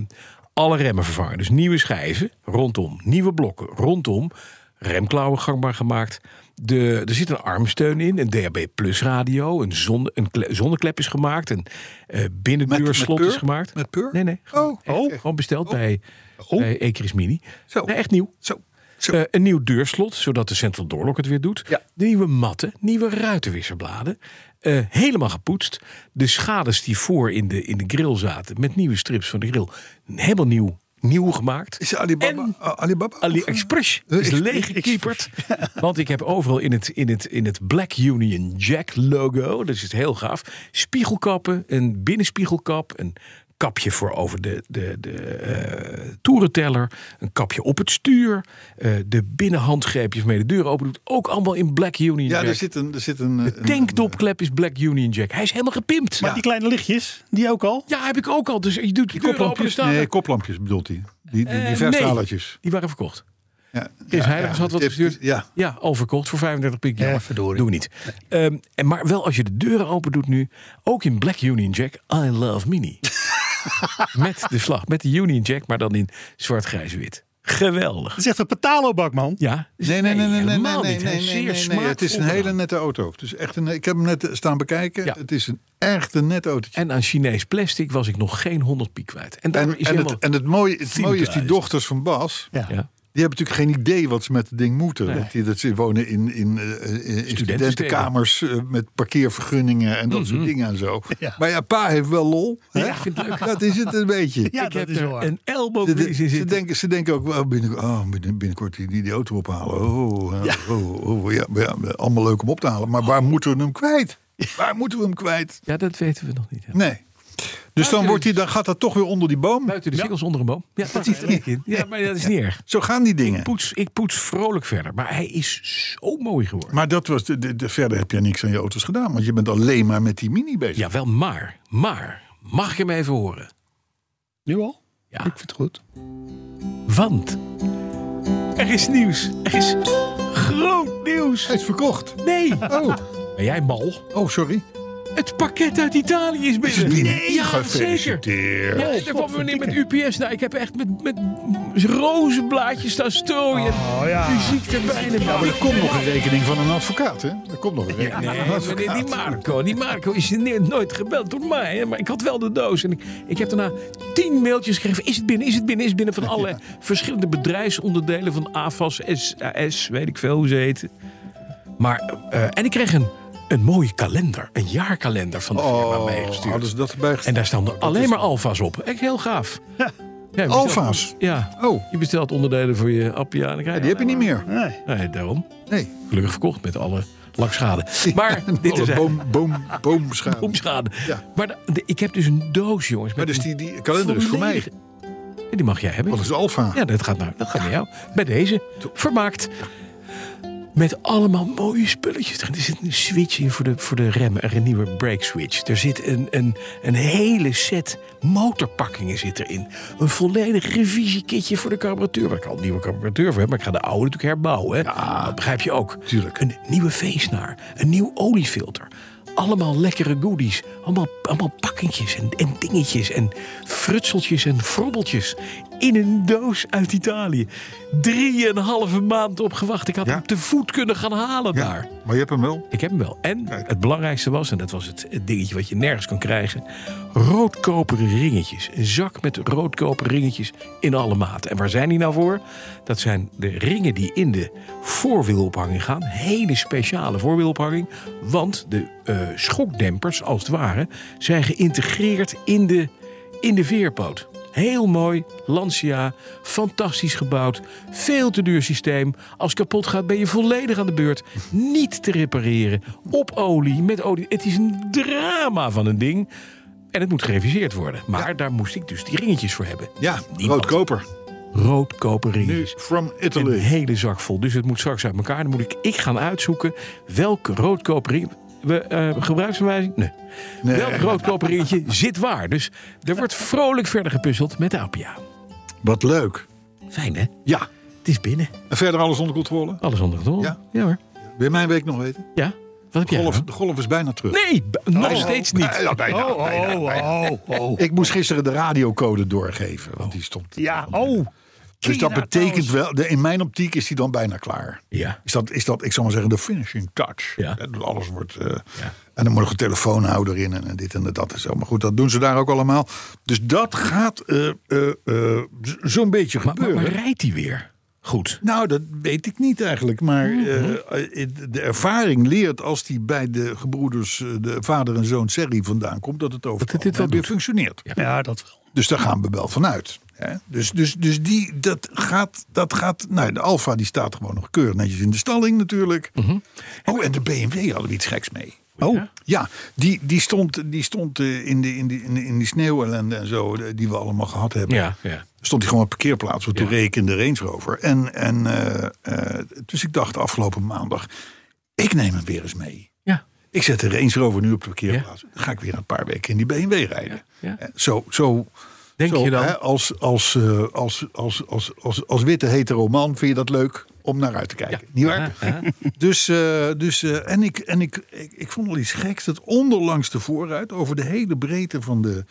[SPEAKER 3] alle remmen vervangen. Dus nieuwe schijven rondom, nieuwe blokken rondom, remklauwen gangbaar gemaakt. De, er zit een armsteun in, een DAB Plus radio, een, zon, een kle- zonneklep is gemaakt, een eh binnenbuurslot
[SPEAKER 2] met
[SPEAKER 3] is
[SPEAKER 2] Pur?
[SPEAKER 3] gemaakt.
[SPEAKER 2] Met Pur?
[SPEAKER 3] Nee, nee. Gewoon,
[SPEAKER 2] Oh.
[SPEAKER 3] echt,
[SPEAKER 2] Oh.
[SPEAKER 3] gewoon besteld bij, bij Ecris Mini.
[SPEAKER 2] Zo.
[SPEAKER 3] Nee, echt nieuw.
[SPEAKER 2] Zo. Zo.
[SPEAKER 3] Eh, een nieuw deurslot, zodat de Central Doorlock het weer doet.
[SPEAKER 2] Ja.
[SPEAKER 3] De nieuwe matten, nieuwe ruitenwisserbladen. eh, helemaal gepoetst. De schades die voor in de, in de grill zaten, met nieuwe strips van de grill, helemaal nieuw, nieuw gemaakt.
[SPEAKER 2] Is Alibaba?
[SPEAKER 3] En-
[SPEAKER 2] Ah, Alibaba?
[SPEAKER 3] AliExpress
[SPEAKER 2] Eh,
[SPEAKER 3] is
[SPEAKER 2] Express,
[SPEAKER 3] leeggekieperd. Want ik heb overal in het, in, het, in het Black Union Jack logo, dat is heel gaaf, spiegelkappen, een binnenspiegelkap, een kapje voor over de, de, de eh, toerenteller, een kapje op het stuur, eh, de binnenhandgreepjes waarmee de deur open doet, ook allemaal in Black
[SPEAKER 2] Ja,
[SPEAKER 3] Union Jack.
[SPEAKER 2] er zit een... Er zit een
[SPEAKER 3] de
[SPEAKER 2] een-
[SPEAKER 3] tankdopklep is Black Union Jack. Hij is helemaal gepimpt.
[SPEAKER 2] Maar
[SPEAKER 3] Ja,
[SPEAKER 4] Die kleine lichtjes, die ook al.
[SPEAKER 3] heb ik ook al. Dus je doet de deur open, er
[SPEAKER 2] Koplampjes?
[SPEAKER 3] staan er-
[SPEAKER 2] Nee, koplampjes bedoelt hij. Die, die,
[SPEAKER 3] Eh,
[SPEAKER 2] die
[SPEAKER 3] nee.
[SPEAKER 2] verstralertjes.
[SPEAKER 3] Die waren verkocht.
[SPEAKER 2] Ja.
[SPEAKER 3] Chris
[SPEAKER 2] Ja,
[SPEAKER 3] Heijmans
[SPEAKER 2] ja,
[SPEAKER 3] had wat
[SPEAKER 2] tip-
[SPEAKER 3] gestuurd.
[SPEAKER 2] Ja.
[SPEAKER 3] Ja, al verkocht voor 35 pik.
[SPEAKER 4] Ja,
[SPEAKER 3] Jammer,
[SPEAKER 4] verdorie.
[SPEAKER 3] Doen we niet. Ehm, en maar wel als je de deuren open doet nu. Ook in Black Union Jack. I love Mini. met de vlag. Met de Union Jack, maar dan in zwart-grijs-wit. Geweldig.
[SPEAKER 4] Dat is echt een patalobak, man.
[SPEAKER 3] Ja. dus
[SPEAKER 2] Nee, nee, nee, nee, nee, nee,
[SPEAKER 3] helemaal
[SPEAKER 2] nee,
[SPEAKER 3] niet. Hij
[SPEAKER 2] nee,
[SPEAKER 3] is
[SPEAKER 2] nee,
[SPEAKER 3] zeer
[SPEAKER 2] nee, nee. Het is een
[SPEAKER 3] smaakvol
[SPEAKER 2] hele
[SPEAKER 3] gedaan.
[SPEAKER 2] nette auto. Het is echt een, ik heb hem net eh, staan bekijken.
[SPEAKER 3] Ja.
[SPEAKER 2] Het is een echt een net autootje.
[SPEAKER 3] En aan Chinees plastic was ik nog geen 100 piek kwijt. En daar
[SPEAKER 2] En,
[SPEAKER 3] is
[SPEAKER 2] en,
[SPEAKER 3] helemaal...
[SPEAKER 2] het, en het mooie, het mooie is, die
[SPEAKER 3] Themed
[SPEAKER 2] dochters van Bas,
[SPEAKER 4] Ja.
[SPEAKER 3] ja.
[SPEAKER 2] die hebben natuurlijk geen idee wat ze met het ding moeten. Dat, die, dat ze wonen in, in, eh, eh, in studentenkamers eh, met parkeervergunningen en dat soort dingen en zo.
[SPEAKER 4] Ja.
[SPEAKER 2] Maar ja, pa heeft wel lol. hè?
[SPEAKER 3] Mhm. ik vind het leuk.
[SPEAKER 2] Dat is het een beetje.
[SPEAKER 4] Ja,
[SPEAKER 3] ik
[SPEAKER 4] dat
[SPEAKER 3] heb
[SPEAKER 4] is
[SPEAKER 3] er
[SPEAKER 4] waar.
[SPEAKER 3] een elbow
[SPEAKER 2] Ze,
[SPEAKER 3] grease in
[SPEAKER 2] de- ze,
[SPEAKER 3] zitten.
[SPEAKER 2] denken, ze denken ook, oh, binnen, oh, binnen- binnenkort die, die, die auto ophalen. Oh, eh, oh, oh, ja, maar ja, allemaal leuk om op te halen. Maar waar
[SPEAKER 3] Oh.
[SPEAKER 2] moeten we hem kwijt? Waar moeten we hem kwijt?
[SPEAKER 3] Ja, dat weten we nog niet. hè.
[SPEAKER 2] Nee. Dus dan,
[SPEAKER 3] de-
[SPEAKER 2] wordt die, dan gaat dat toch weer onder die boom.
[SPEAKER 3] Buiten de singels onder een boom. Ja, dat zit er niet in. Ja, maar dat is niet erg.
[SPEAKER 2] Zo gaan die dingen.
[SPEAKER 3] poets, ik poets vrolijk verder. Maar hij is zo mooi geworden.
[SPEAKER 2] Maar dat was de, de, de- verder heb je niks aan je auto's gedaan. Want je bent alleen maar met die mini bezig.
[SPEAKER 3] Jawel, maar, maar, mag je hem even horen?
[SPEAKER 4] Nu al?
[SPEAKER 3] Ja.
[SPEAKER 4] Ik vind het goed.
[SPEAKER 3] Want er is nieuws. Er is groot nieuws.
[SPEAKER 2] Hij is verkocht.
[SPEAKER 3] Nee.
[SPEAKER 2] Oh,
[SPEAKER 3] Ben jij mal?
[SPEAKER 2] oh sorry.
[SPEAKER 3] Het pakket uit Italië is binnen.
[SPEAKER 2] Nee,
[SPEAKER 3] ja, zeker.
[SPEAKER 2] gefeliciteerd.
[SPEAKER 3] Ja, daar kwam meneer met UPS. Nou, ik heb echt met, met rozenblaadjes staan strooien.
[SPEAKER 4] Oh ja.
[SPEAKER 3] Muziek erbij. en
[SPEAKER 2] Maar er komt nog een rekening van een advocaat, hè? Er komt nog een rekening
[SPEAKER 3] Nee,
[SPEAKER 2] van een
[SPEAKER 3] maar die-
[SPEAKER 2] advocaat.
[SPEAKER 3] die Marco, die Marco is ne- nooit gebeld door mij. hè, Maar ik had wel de doos. En ik, ik heb daarna tien mailtjes gekregen. van, Is het binnen, is het binnen, is het binnen? Van alle verschillende bedrijfsonderdelen. Van AFAS, SAS, weet ik veel hoe ze heten. Maar, eh, en ik kreeg een, een mooie kalender. Een jaarkalender van de firma
[SPEAKER 2] Oh,
[SPEAKER 3] meegestuurd.
[SPEAKER 2] hadden ze dat erbij
[SPEAKER 3] En
[SPEAKER 2] gestuurd?
[SPEAKER 3] daar staan er alleen maar Alfa's op. Echt heel gaaf. Ja. je bestelt-
[SPEAKER 2] Alfa's?
[SPEAKER 3] Ja.
[SPEAKER 2] Oh.
[SPEAKER 3] Je bestelt onderdelen voor je appia. En dan krijg
[SPEAKER 2] Die heb je niet meer.
[SPEAKER 4] Nee.
[SPEAKER 3] Nee, daarom.
[SPEAKER 2] Nee.
[SPEAKER 3] Kleur verkocht met alle lakschade. Maar dit
[SPEAKER 2] Alle
[SPEAKER 3] is
[SPEAKER 2] boom, boom, boomschaduw.
[SPEAKER 3] boomschade.
[SPEAKER 2] Ja.
[SPEAKER 3] Maar de- de- ik heb dus een doos, jongens.
[SPEAKER 2] Maar
[SPEAKER 3] met
[SPEAKER 2] dus
[SPEAKER 3] een
[SPEAKER 2] die, die kalender is voor mij.
[SPEAKER 3] volledige- Ja, Die mag jij hebben.
[SPEAKER 2] Wat is Alfa?
[SPEAKER 3] Ja, dat gaat naar, dat gaat naar jou. Bij deze. Vermaakt. Met allemaal mooie spulletjes. erin. Er zit een switch in voor de, voor de remmen. Er een nieuwe brake switch. Er zit een, een, een hele set motorpakkingen zit erin. Een volledig revisiekitje voor de carburateur. Waar ik al een nieuwe carburateur voor heb. Maar ik ga de oude natuurlijk herbouwen. Hè? dat begrijp je ook.
[SPEAKER 2] tuurlijk.
[SPEAKER 3] Een nieuwe veesnaar. Een nieuw oliefilter. Allemaal lekkere goodies. Allemaal, allemaal pakkentjes en, en dingetjes. En frutseltjes en frobbeltjes. In een doos uit Italië. Drieënhalve maand op gewacht. Ik had
[SPEAKER 2] Ja.
[SPEAKER 3] hem te voet kunnen gaan halen
[SPEAKER 2] Ja,
[SPEAKER 3] daar.
[SPEAKER 2] Maar je hebt hem wel.
[SPEAKER 3] Ik heb hem wel. En
[SPEAKER 2] Kijk.
[SPEAKER 3] het belangrijkste was, en dat was het, het dingetje wat je nergens kon krijgen: roodkoperen ringetjes. Een zak met roodkoperen ringetjes in alle maten. En waar zijn die nou voor? Dat zijn de ringen die in de voorwielophanging gaan. Hele speciale voorwielophanging. Want de eh, schokdempers, als het ware, zijn geïntegreerd in de, in de veerpoot. Heel mooi, Lancia, fantastisch gebouwd, veel te duur systeem. Als kapot gaat ben je volledig aan de beurt. Niet te repareren, op olie, met olie. Het is een drama van een ding. En het moet gereviseerd worden. Maar daar moest ik dus die ringetjes voor hebben.
[SPEAKER 2] Ja,
[SPEAKER 3] Die
[SPEAKER 2] roodkoper.
[SPEAKER 3] Roodkoper
[SPEAKER 2] Nu
[SPEAKER 3] ringetjes.
[SPEAKER 2] from
[SPEAKER 3] Een
[SPEAKER 2] Italy.
[SPEAKER 3] hele zak vol. Dus het moet straks uit elkaar. Dan moet ik, ik gaan uitzoeken welke roodkoper ring- we, eh, gebruiksaanwijzing? Nee.
[SPEAKER 2] Nee.
[SPEAKER 3] Welk roodkoper ringetje zit waar? Dus er wordt vrolijk verder gepuzzeld met de Apia.
[SPEAKER 2] Wat leuk.
[SPEAKER 3] Fijn hè?
[SPEAKER 2] Ja.
[SPEAKER 3] Het is binnen.
[SPEAKER 2] En verder alles onder controle.
[SPEAKER 3] Alles onder controle.
[SPEAKER 2] Ja.
[SPEAKER 3] hoor.
[SPEAKER 2] Wil je mijn week nog weten?
[SPEAKER 3] Ja? Wat heb jij
[SPEAKER 2] Golf, Oh.
[SPEAKER 3] gedaan?
[SPEAKER 2] de golf is bijna terug.
[SPEAKER 3] Nee, b- nog steeds niet.
[SPEAKER 2] Ja, bijna,
[SPEAKER 4] Oh,
[SPEAKER 2] bijna,
[SPEAKER 4] oh,
[SPEAKER 2] bijna.
[SPEAKER 4] oh, oh.
[SPEAKER 2] Ik moest gisteren de radiocode doorgeven. Want die stond...
[SPEAKER 4] Ja, oh.
[SPEAKER 2] Dus dat
[SPEAKER 3] Kira
[SPEAKER 2] betekent
[SPEAKER 3] trouwens.
[SPEAKER 2] wel, de, in mijn optiek is die dan bijna klaar.
[SPEAKER 3] Ja.
[SPEAKER 2] Is dat, is dat, ik zou maar zeggen, de finishing touch.
[SPEAKER 3] Ja.
[SPEAKER 2] Hè, dus Alles wordt. eh,
[SPEAKER 3] Ja.
[SPEAKER 2] En dan moet nog een telefoonhouder in en, en dit en dat en zo. Maar goed, dat doen ze daar ook allemaal. Dus dat gaat eh, eh, eh, z- zo'n beetje
[SPEAKER 3] Maar, maar,
[SPEAKER 2] gebeuren.
[SPEAKER 3] maar rijdt hij weer? Goed.
[SPEAKER 2] Nou, dat weet ik niet eigenlijk. Maar
[SPEAKER 3] Mm-hmm.
[SPEAKER 2] eh, eh, de ervaring leert als die bij de gebroeders, eh, de vader en zoon serie vandaan komt, dat het over
[SPEAKER 3] dit wel
[SPEAKER 2] weer
[SPEAKER 3] doet.
[SPEAKER 2] functioneert.
[SPEAKER 4] Ja, dat wel.
[SPEAKER 2] Dus daar gaan we wel vanuit. Hè? Dus, dus, dus die, dat gaat, dat gaat. Nou, de Alfa die staat gewoon nog keurig netjes in de stalling natuurlijk. Oh, en de BMW hadden we iets geks mee.
[SPEAKER 3] Mm-hmm. Oh.
[SPEAKER 2] Ja, die, die stond, die stond eh, in, de, in, die, in, de, in die sneeuwellende en zo, eh, die we allemaal gehad hebben.
[SPEAKER 3] Ja, ja.
[SPEAKER 2] Stond hij gewoon op parkeerplaats, want toen
[SPEAKER 3] Ja.
[SPEAKER 2] reed ik in de Range Rover. En, en eh, eh, dus ik dacht afgelopen maandag, ik neem hem weer eens mee.
[SPEAKER 3] Ja.
[SPEAKER 2] Ik zet de Range Rover nu op de parkeerplaats. Dan ga ik weer een paar weken in die BMW rijden.
[SPEAKER 3] Ja, ja.
[SPEAKER 2] Eh, Zo, zo,
[SPEAKER 3] Denk
[SPEAKER 2] zo,
[SPEAKER 3] je dan?
[SPEAKER 2] hè, als, als, eh, als, als, als, als, als witte hetero man vind je dat leuk om naar uit te kijken. Niet waar? Dus, eh, dus eh, en, ik, en ik, ik, ik vond al iets geks. Dat onderlangs de voorruit, over de hele breedte van de,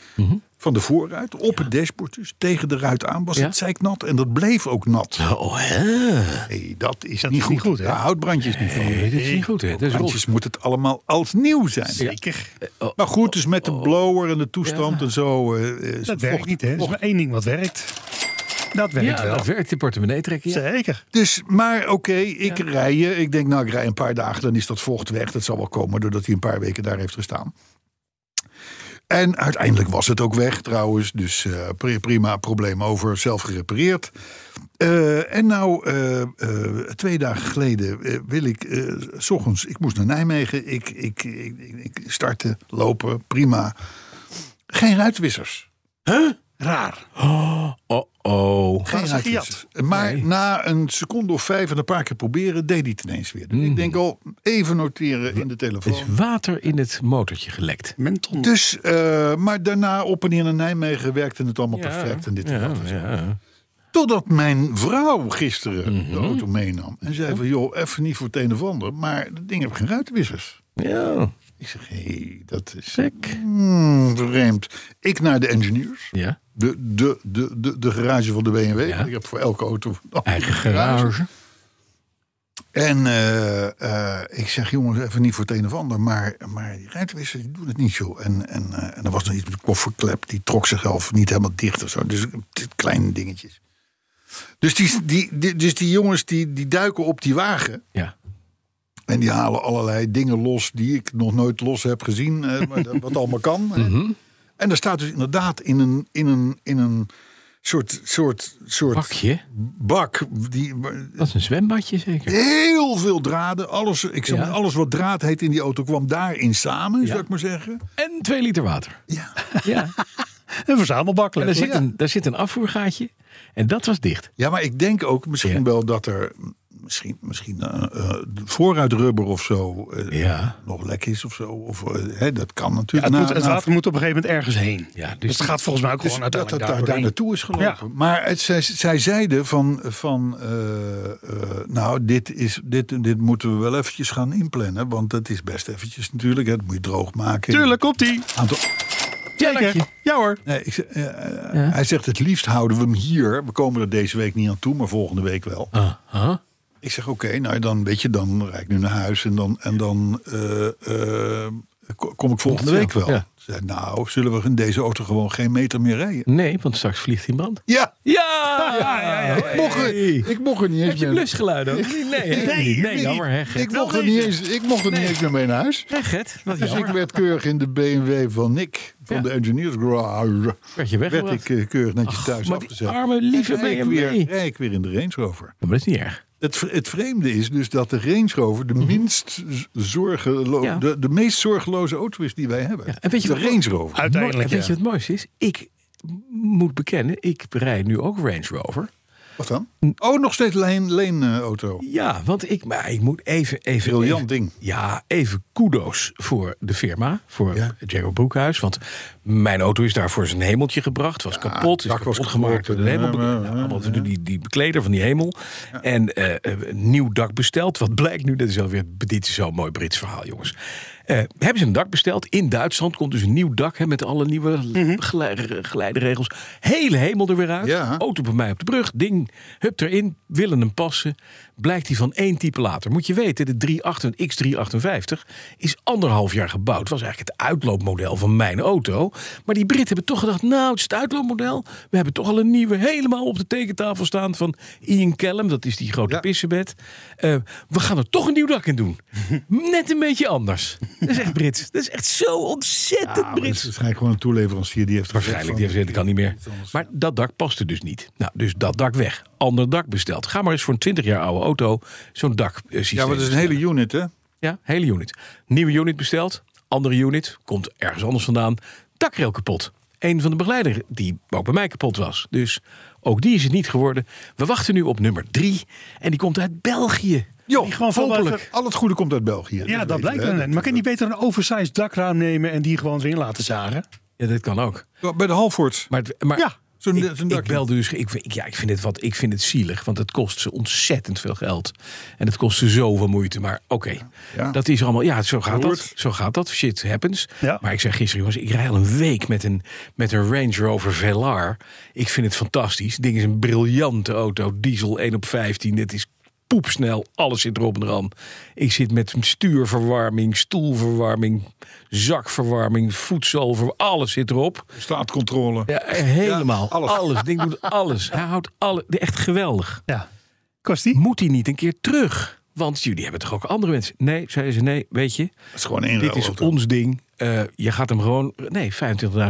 [SPEAKER 2] van de voorruit, op het dashboard dus, tegen de ruit aan, was
[SPEAKER 3] Ja.
[SPEAKER 2] het zeiknat. En dat bleef ook nat.
[SPEAKER 3] Oh, hè?
[SPEAKER 2] Nee, dat is
[SPEAKER 4] Dat
[SPEAKER 2] niet
[SPEAKER 4] is
[SPEAKER 2] goed.
[SPEAKER 4] niet goed, hè?
[SPEAKER 2] Daar houdt brandjes niet van.
[SPEAKER 3] Nee, dat is niet goed, hè? Dat is roze.
[SPEAKER 2] Brandjes moet het allemaal als nieuw zijn.
[SPEAKER 4] Zeker.
[SPEAKER 2] Maar goed, dus met de blower en de toestand en zo. eh, eh,
[SPEAKER 4] Dat
[SPEAKER 2] vocht-
[SPEAKER 4] Dus werkt niet, hè? Er is maar één ding wat werkt. Dat werkt
[SPEAKER 3] Ja,
[SPEAKER 4] wel.
[SPEAKER 3] dat werkt, de portemonnee trekken. Ja.
[SPEAKER 4] Zeker.
[SPEAKER 2] Dus, maar oké, ik rij je. Ik denk, nou, ik rij een paar dagen, dan is dat vocht weg. Dat zal wel komen doordat hij een paar weken daar heeft gestaan. En uiteindelijk was het ook weg trouwens. Dus eh, pri- prima, probleem over, zelf gerepareerd. Eh, en nou, eh, eh, twee dagen geleden eh, wil ik, eh, s ochtends, ik moest naar Nijmegen. Ik, ik, ik, ik, ik startte, lopen, prima. Geen ruitwissers. Huh? Raar.
[SPEAKER 3] Oh, oh.
[SPEAKER 2] Geen
[SPEAKER 4] Gaan ze
[SPEAKER 2] ruitwissers. Maar na een seconde of vijf en een paar keer proberen, deed hij het ineens weer. Dus ik denk al even noteren in de
[SPEAKER 3] Er Mm. is
[SPEAKER 2] telefoon.
[SPEAKER 3] water in het motortje gelekt.
[SPEAKER 4] Menton.
[SPEAKER 2] Dus, eh, maar daarna op en neer naar Nijmegen werkte het allemaal perfect. En dit en
[SPEAKER 3] ja,
[SPEAKER 2] dat.
[SPEAKER 3] ja.
[SPEAKER 2] Totdat mijn vrouw gisteren
[SPEAKER 3] Mhm.
[SPEAKER 2] de auto meenam. En zei van, joh, even niet voor het een of ander. Maar dat ding heeft geen ruitenwissers.
[SPEAKER 3] Ja,
[SPEAKER 2] Ik zeg, hé, dat is
[SPEAKER 3] sick.
[SPEAKER 2] hmm, vreemd. Ik naar de engineers.
[SPEAKER 3] Ja.
[SPEAKER 2] De, de, de, de, de garage van de BMW.
[SPEAKER 3] Ja.
[SPEAKER 2] Ik heb voor elke auto een
[SPEAKER 3] Eigen garage.
[SPEAKER 2] En eh, eh, ik zeg, jongens, even niet voor het een of ander, maar, maar die ruitenwissers die doen het niet zo. En, en, eh, en er was nog iets met de kofferklep, die trok zichzelf niet helemaal dicht of zo. Dus t- kleine dingetjes. Dus die, die, die- dus die jongens die, die duiken op die wagen
[SPEAKER 3] Ja.
[SPEAKER 2] en die halen allerlei dingen los die ik nog nooit los heb gezien, eh, maar dat- wat allemaal kan. En daar staat dus inderdaad in een, in een, in een soort, soort, soort
[SPEAKER 3] Bakje.
[SPEAKER 2] bak die,
[SPEAKER 3] Dat is een zwembadje zeker.
[SPEAKER 2] heel veel draden. Alles, ik zeg,
[SPEAKER 3] Ja.
[SPEAKER 2] maar, alles wat draad heet in die auto kwam daarin samen, zou ik maar zeggen.
[SPEAKER 3] En twee liter water.
[SPEAKER 2] Ja.
[SPEAKER 3] Ja.
[SPEAKER 4] Een verzamelbak.
[SPEAKER 3] En daar zit,
[SPEAKER 2] Ja.
[SPEAKER 3] een, daar zit een afvoergaatje. En dat was dicht.
[SPEAKER 2] ja, maar ik denk ook misschien
[SPEAKER 3] Ja.
[SPEAKER 2] wel dat er misschien, misschien eh, eh, vooruitrubber of zo eh,
[SPEAKER 3] Ja.
[SPEAKER 2] nog lek is of zo. Of, eh, hè, dat kan
[SPEAKER 4] Ja, het,
[SPEAKER 2] natuurlijk.
[SPEAKER 4] moet,
[SPEAKER 2] na-
[SPEAKER 4] het
[SPEAKER 2] na-
[SPEAKER 4] water moet op een gegeven moment ergens heen.
[SPEAKER 3] Ja, dus-
[SPEAKER 4] dus, het gaat volgens mij ook
[SPEAKER 2] dus
[SPEAKER 4] gewoon
[SPEAKER 2] dat het
[SPEAKER 4] uiteindelijk
[SPEAKER 2] daar, daar
[SPEAKER 4] doorheen.
[SPEAKER 2] naartoe is gelopen. Maar het, zij, zij zeiden van, van eh, eh, nou, dit, is, dit, dit moeten we wel eventjes gaan inplannen. Want dat is best eventjes natuurlijk. hè, Dat moet je droog maken.
[SPEAKER 4] Tuurlijk, komt die.
[SPEAKER 2] Aantal,
[SPEAKER 4] Zeker. Ja hoor.
[SPEAKER 2] Nee, ik, zeg, eh, eh, Hij zegt het liefst houden we hem hier. We komen er deze week niet aan toe, maar volgende week wel.
[SPEAKER 3] Aha.
[SPEAKER 2] Ik zeg oké, nou dan weet je, dan rijd ik nu naar huis en dan, en dan eh, eh, ko- kom ik volgende
[SPEAKER 3] Ja,
[SPEAKER 2] week wel.
[SPEAKER 3] ja.
[SPEAKER 2] Ze Zei, nou, zullen we in deze auto gewoon geen meter meer rijden?
[SPEAKER 3] Nee, want straks vliegt hij in brand.
[SPEAKER 2] Ja,
[SPEAKER 3] Ja! ja, ja, ja.
[SPEAKER 2] ik mocht, er- ik mocht er niet
[SPEAKER 3] Heb
[SPEAKER 2] eens
[SPEAKER 3] je
[SPEAKER 2] meer.
[SPEAKER 3] blusgeluid ook? Nee, nee, nee, nee jammer hè, Gert.
[SPEAKER 2] ik mocht er niet eens, ik mocht er niet eens meer mee naar huis.
[SPEAKER 3] Hè, Gert, wat
[SPEAKER 2] Dus ik
[SPEAKER 3] jammer.
[SPEAKER 2] werd keurig in de BMW van Nick, van
[SPEAKER 3] Ja.
[SPEAKER 2] de Engineers Garage.
[SPEAKER 3] Werd je
[SPEAKER 2] Werd
[SPEAKER 3] weggebracht.
[SPEAKER 2] ik eh, keurig netjes thuis
[SPEAKER 3] maar die
[SPEAKER 2] afgezet.
[SPEAKER 3] arme, lieve
[SPEAKER 2] En rijd ik
[SPEAKER 3] BMW.
[SPEAKER 2] weer- rijd ik weer in de Range Rover.
[SPEAKER 3] Maar dat is niet erg.
[SPEAKER 2] Het, vre- het vreemde is dus dat de Range Rover de, minst z- zorgelo-
[SPEAKER 3] Mhm. Ja.
[SPEAKER 2] de, de meest zorgeloze auto is die wij hebben.
[SPEAKER 3] en weet je
[SPEAKER 2] de
[SPEAKER 3] wat-
[SPEAKER 2] Range Rover.
[SPEAKER 4] Uiteindelijk,
[SPEAKER 3] Mooi- en
[SPEAKER 4] ja.
[SPEAKER 3] Weet je wat het mooiste is? Ik m- moet bekennen, ik rijd nu ook Range Rover.
[SPEAKER 2] Wat dan? Oh, nog steeds leen, leen eh, auto.
[SPEAKER 3] Ja, want ik, maar ik moet even... even
[SPEAKER 2] Briljant
[SPEAKER 3] even-
[SPEAKER 2] ding.
[SPEAKER 3] Ja, even kudo's voor de firma, voor
[SPEAKER 2] Ja.
[SPEAKER 3] Jago Broekhuis. Want mijn auto is daar voor zijn hemeltje gebracht. Was kapot, is
[SPEAKER 2] dak was
[SPEAKER 3] kapot gemaakt door de
[SPEAKER 2] kapot,
[SPEAKER 3] hemel.
[SPEAKER 2] ja,
[SPEAKER 3] nou,
[SPEAKER 2] ja,
[SPEAKER 3] allemaal door Die, die bekleder van die hemel. En eh, eh, een nieuw dak besteld. Wat blijkt nu, dat is alweer, dit is zo'n mooi Brits verhaal jongens. Eh, hebben ze een dak besteld. In Duitsland komt dus een nieuw dak hè, met alle nieuwe gele- geleideregels. Hele hemel er weer uit.
[SPEAKER 2] Mhm. Ja.
[SPEAKER 3] Auto bij mij op de brug. Ding, hup erin. Willen hem passen. Blijkt hij van één type later. Moet je weten, de 38 X358 is anderhalf jaar gebouwd. Was eigenlijk het uitloopmodel van mijn auto. Maar die Britten hebben toch gedacht, nou het is het uitloopmodel. We hebben toch al een nieuwe helemaal op de tekentafel staan van Ian Callum. Dat is die grote
[SPEAKER 2] Ja.
[SPEAKER 3] pissebed. Eh, we gaan er toch een nieuw dak in doen. Net een beetje anders. Dat is echt Brits. Dat is echt zo ontzettend
[SPEAKER 2] Het is
[SPEAKER 3] Brits.
[SPEAKER 2] waarschijnlijk gewoon een toeleverancier die heeft gezegd
[SPEAKER 3] Waarschijnlijk,
[SPEAKER 2] van-
[SPEAKER 3] die heeft gezegd, dat kan niet meer. Maar dat dak paste dus niet. Nou, dus dat dak weg. Ander dak besteld. Ga maar eens voor een 20 jaar oude auto zo'n dak eh, systeem
[SPEAKER 2] Ja, maar dat is een hele unit, hè?
[SPEAKER 3] ja, hele unit. Nieuwe unit besteld. Andere unit. Komt ergens anders vandaan. Dakrail kapot. Een van de begeleider die ook bij mij kapot was. Dus ook die is het niet geworden. We wachten nu op nummer drie. En die komt uit België.
[SPEAKER 2] Jo,
[SPEAKER 4] Die gewoon van
[SPEAKER 3] Hopelijk.
[SPEAKER 2] Al het goede komt uit België. Eh,
[SPEAKER 4] Ja, dat,
[SPEAKER 2] weten
[SPEAKER 4] blijkt
[SPEAKER 2] we, hè.
[SPEAKER 4] dan net. Maar kan je niet beter een oversized dakraam nemen en die gewoon erin laten zagen?
[SPEAKER 3] Ja, dat kan ook.
[SPEAKER 2] Bij de Halfords.
[SPEAKER 3] Maar, het- maar
[SPEAKER 4] Ja,
[SPEAKER 2] zo'n-
[SPEAKER 3] ik,
[SPEAKER 2] zo'n
[SPEAKER 3] ik
[SPEAKER 2] dakje.
[SPEAKER 3] belde dus. Ik, ik- ja, ik, vind het wat, ik vind het zielig, want het kost ze ontzettend veel geld. En het kost ze zoveel moeite. Maar oké,
[SPEAKER 2] Ja.
[SPEAKER 3] dat is allemaal. Ja, zo gaat dat.
[SPEAKER 2] Roert.
[SPEAKER 3] Zo gaat dat. Shit happens.
[SPEAKER 4] Ja.
[SPEAKER 3] Maar ik zei gisteren, jongens, ik rij al een week met een, met een Range Rover Velar. Ik vind het fantastisch. Het ding is een briljante auto. Diesel 1 op 15. Het is poepsnel. Alles zit erop en eraan. Ik zit met stuurverwarming, stoelverwarming, zakverwarming, voedselverwarming. Alles zit erop.
[SPEAKER 2] Straatcontrole.
[SPEAKER 3] Ja, helemaal.
[SPEAKER 2] Ja,
[SPEAKER 3] alles.
[SPEAKER 2] alles.
[SPEAKER 3] Het ding doet alles. Hij houdt alles. Echt geweldig.
[SPEAKER 4] Ja. Kost die?
[SPEAKER 3] Moet hij niet een keer terug? Want jullie hebben toch ook andere mensen? Nee, zeiden ze. Nee, weet je.
[SPEAKER 2] Dat is gewoon één
[SPEAKER 3] Dit is
[SPEAKER 2] ruilauto.
[SPEAKER 3] ons ding. Eh, je gaat hem gewoon... Nee, 25.000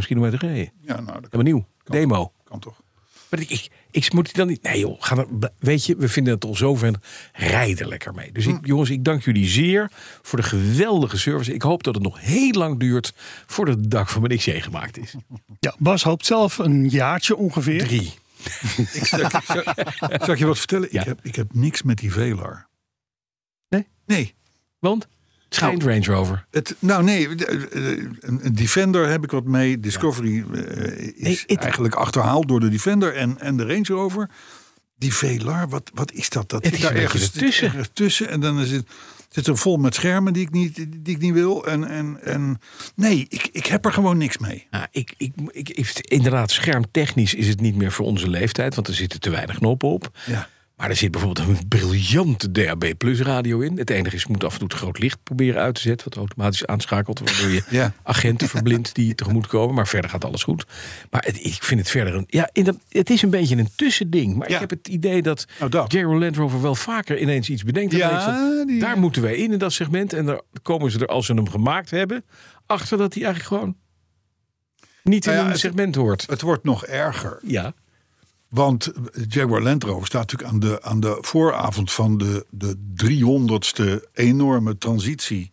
[SPEAKER 3] kilometer rijden.
[SPEAKER 2] Ja, nou, dat kan,
[SPEAKER 3] Helemaal nieuw. Demo.
[SPEAKER 2] kan toch.
[SPEAKER 3] Maar ik, ik, ik moet die dan niet... Nee joh, ga dan, weet je, we vinden het al zo ver. Rijd er lekker mee. Dus ik, jongens, ik dank jullie zeer voor de geweldige service. Ik hoop dat het nog heel lang duurt voordat het dak van mijn XC gemaakt is.
[SPEAKER 4] Ja, Bas hoopt zelf een jaartje ongeveer.
[SPEAKER 3] Drie.
[SPEAKER 2] Ik zal, ik- zal- zal ik je wat vertellen?
[SPEAKER 3] Ja.
[SPEAKER 2] Ik, heb, ik heb niks met die Velar.
[SPEAKER 3] Nee?
[SPEAKER 2] Nee.
[SPEAKER 3] Want het schijnt Range Rover.
[SPEAKER 2] Het, nou nee, de- de- een een Defender heb ik wat mee. Discovery eh,
[SPEAKER 3] Nee,
[SPEAKER 2] is
[SPEAKER 3] het-
[SPEAKER 2] eigenlijk achterhaald door de Defender en, en de Range Rover. Die Velar, wat, wat is dat? Dat
[SPEAKER 3] Het is
[SPEAKER 2] daar
[SPEAKER 3] een beetje
[SPEAKER 2] zit
[SPEAKER 3] ertussen.
[SPEAKER 2] ergens tussen. En dan zit, zit er vol met schermen die ik niet, die ik niet wil. En, en, en nee, ik, ik heb er gewoon niks mee.
[SPEAKER 3] Ja, Nou, ik, ik, ik, ik- inderdaad, schermtechnisch is het niet meer voor onze leeftijd, want er zitten te weinig knoppen op.
[SPEAKER 2] Ja.
[SPEAKER 3] Maar er zit bijvoorbeeld een briljante DAB Plus radio in. Het enige is, je moet af en toe het groot licht proberen uit te zetten, wat automatisch aanschakelt, waardoor je
[SPEAKER 2] Ja.
[SPEAKER 3] agenten verblindt die tegemoet komen. Maar verder gaat alles goed. Maar het- ik vind het verder een. Ja, in dat- het is een beetje een tussending. Maar
[SPEAKER 2] Ja.
[SPEAKER 3] ik heb het idee dat,
[SPEAKER 2] Nou, dat.
[SPEAKER 3] Gerald Land Rover wel vaker ineens iets bedenkt. en
[SPEAKER 2] Ja,
[SPEAKER 3] denkt van,
[SPEAKER 2] die-
[SPEAKER 3] Daar moeten wij in in dat segment. En daar komen ze er als ze hem gemaakt hebben, achter dat hij eigenlijk gewoon niet in
[SPEAKER 2] Nou ja,
[SPEAKER 3] een
[SPEAKER 2] het-
[SPEAKER 3] segment hoort.
[SPEAKER 2] Het wordt nog erger.
[SPEAKER 3] Ja.
[SPEAKER 2] Want Jaguar Land Rover staat natuurlijk aan de, aan de vooravond van de, de 300ste enorme transitie.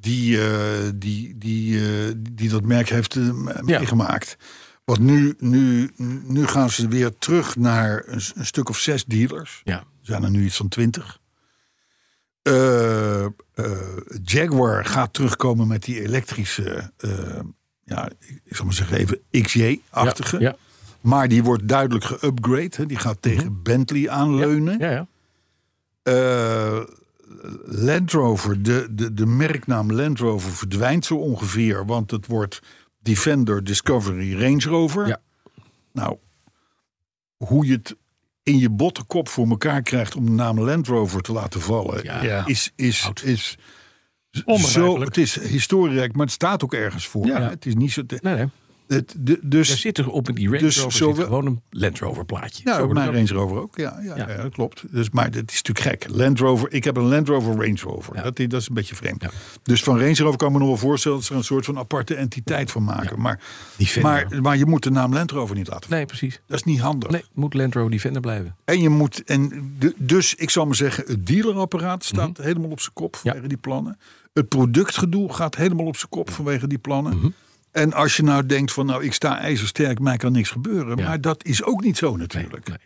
[SPEAKER 2] Die, eh, die, die, eh, die dat merk heeft eh, m-
[SPEAKER 3] Ja.
[SPEAKER 2] meegemaakt. Want nu, nu, nu gaan ze weer terug naar een, s- een stuk of zes dealers.
[SPEAKER 3] ja.
[SPEAKER 2] Er zijn er nu iets van twintig. Eh, eh, Jaguar gaat terugkomen met die elektrische, eh, ja, ik zal maar zeggen even XJ-achtige.
[SPEAKER 3] Ja. Mhm.
[SPEAKER 2] Maar die wordt duidelijk geüpgrade. hè. Die gaat tegen Bentley aanleunen.
[SPEAKER 3] Ja, ja.
[SPEAKER 2] Eh, Land Rover, de, de, de merknaam Land Rover verdwijnt zo ongeveer. Want het wordt Defender Discovery Range Rover.
[SPEAKER 3] Ja.
[SPEAKER 2] Nou, hoe je het in je botte kop voor elkaar krijgt om de naam Land Rover te laten vallen...
[SPEAKER 3] Ja.
[SPEAKER 4] Ja.
[SPEAKER 2] is, is,
[SPEAKER 3] Oud.
[SPEAKER 2] is zo...
[SPEAKER 4] Onbegrijpelijk.
[SPEAKER 2] Het is historierijk, maar het staat ook ergens voor.
[SPEAKER 3] Ja.
[SPEAKER 2] hè. Het is niet zo... te-
[SPEAKER 3] Nee, nee.
[SPEAKER 2] het, de, dus
[SPEAKER 3] Er zit er op die Range
[SPEAKER 2] Dus
[SPEAKER 3] Rover
[SPEAKER 2] zo
[SPEAKER 3] zit
[SPEAKER 2] we-
[SPEAKER 3] gewoon een Land Rover plaatje.
[SPEAKER 2] Ja, op
[SPEAKER 3] Zo wordt
[SPEAKER 2] Nou, mijn
[SPEAKER 3] het
[SPEAKER 2] Range Rover ook. Ja, ja,
[SPEAKER 3] Ja.
[SPEAKER 2] ja. dat klopt. Dus, maar dat is natuurlijk gek. Land Rover, ik heb een Land Rover Range Rover.
[SPEAKER 3] Ja.
[SPEAKER 2] Dat, is- dat is een beetje vreemd.
[SPEAKER 3] Ja.
[SPEAKER 2] Dus van Range Rover kan ik me nog wel voorstellen... dat ze er een soort van aparte entiteit van maken. Maar,
[SPEAKER 3] Defender.
[SPEAKER 2] maar, maar je moet de naam Land Rover niet laten
[SPEAKER 3] Nee, precies.
[SPEAKER 2] Dat is niet handig.
[SPEAKER 3] Nee, moet Land Rover Defender blijven.
[SPEAKER 2] En je moet, en de- dus ik zal maar zeggen, het dealerapparaat staat
[SPEAKER 3] Mhm.
[SPEAKER 2] helemaal op zijn kop vanwege die plannen. Het productgedoe gaat helemaal op zijn kop vanwege die plannen.
[SPEAKER 3] Mhm.
[SPEAKER 2] En als je nou denkt van, nou ik sta ijzersterk, mij kan niks gebeuren.
[SPEAKER 3] Ja.
[SPEAKER 2] Maar dat is ook niet zo natuurlijk.
[SPEAKER 3] nee.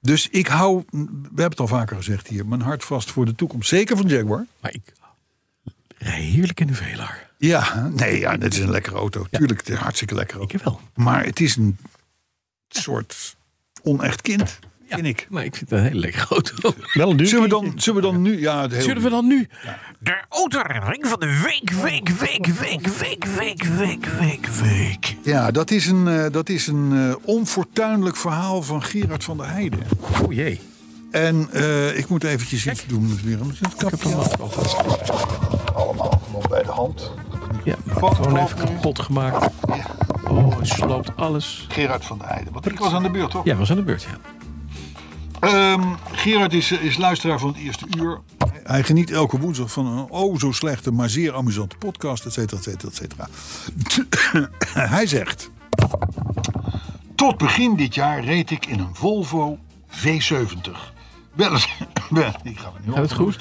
[SPEAKER 2] Dus ik hou, we hebben het al vaker gezegd hier, mijn hart vast voor de toekomst. Zeker van Jaguar.
[SPEAKER 3] Maar ik rij heerlijk in de Velar.
[SPEAKER 2] Ja, nee, ja, het is een lekkere auto. Tuurlijk, het is een hartstikke lekkere
[SPEAKER 3] Ik
[SPEAKER 2] auto.
[SPEAKER 3] heb wel.
[SPEAKER 2] Maar het is een soort onecht kind. vind ik.
[SPEAKER 3] Maar ik vind het een hele lekkere auto.
[SPEAKER 4] Wel een duur.
[SPEAKER 2] Zullen we dan, zullen we dan nu... Ja, het heel
[SPEAKER 3] Zullen we dan nu?
[SPEAKER 5] De autoherinnering van de week, week, week, week, week, week, week, week, week.
[SPEAKER 2] Ja, dat is een, eh, dat is een eh, onfortuinlijk verhaal van Gerard van der Heijden.
[SPEAKER 3] Oh jee.
[SPEAKER 2] En eh, ik moet eventjes iets doen met weer een kapje. Allemaal gewoon bij de hand.
[SPEAKER 3] Ja, gewoon even kapot gemaakt. Oh, het sloopt alles.
[SPEAKER 2] Gerard van der Heijden. Want ik was aan de beurt, toch?
[SPEAKER 3] Ja, was aan de beurt, ja.
[SPEAKER 2] Ehm, Gerard is, eh, is luisteraar van het eerste uur. Hij geniet elke woensdag van een oh zo slechte, maar zeer amusante podcast, et cetera, et cetera, et cetera. Hij zegt... Tot begin dit jaar reed ik in een Volvo V70. Welis... Ik ga me niet
[SPEAKER 3] Gaat het goed?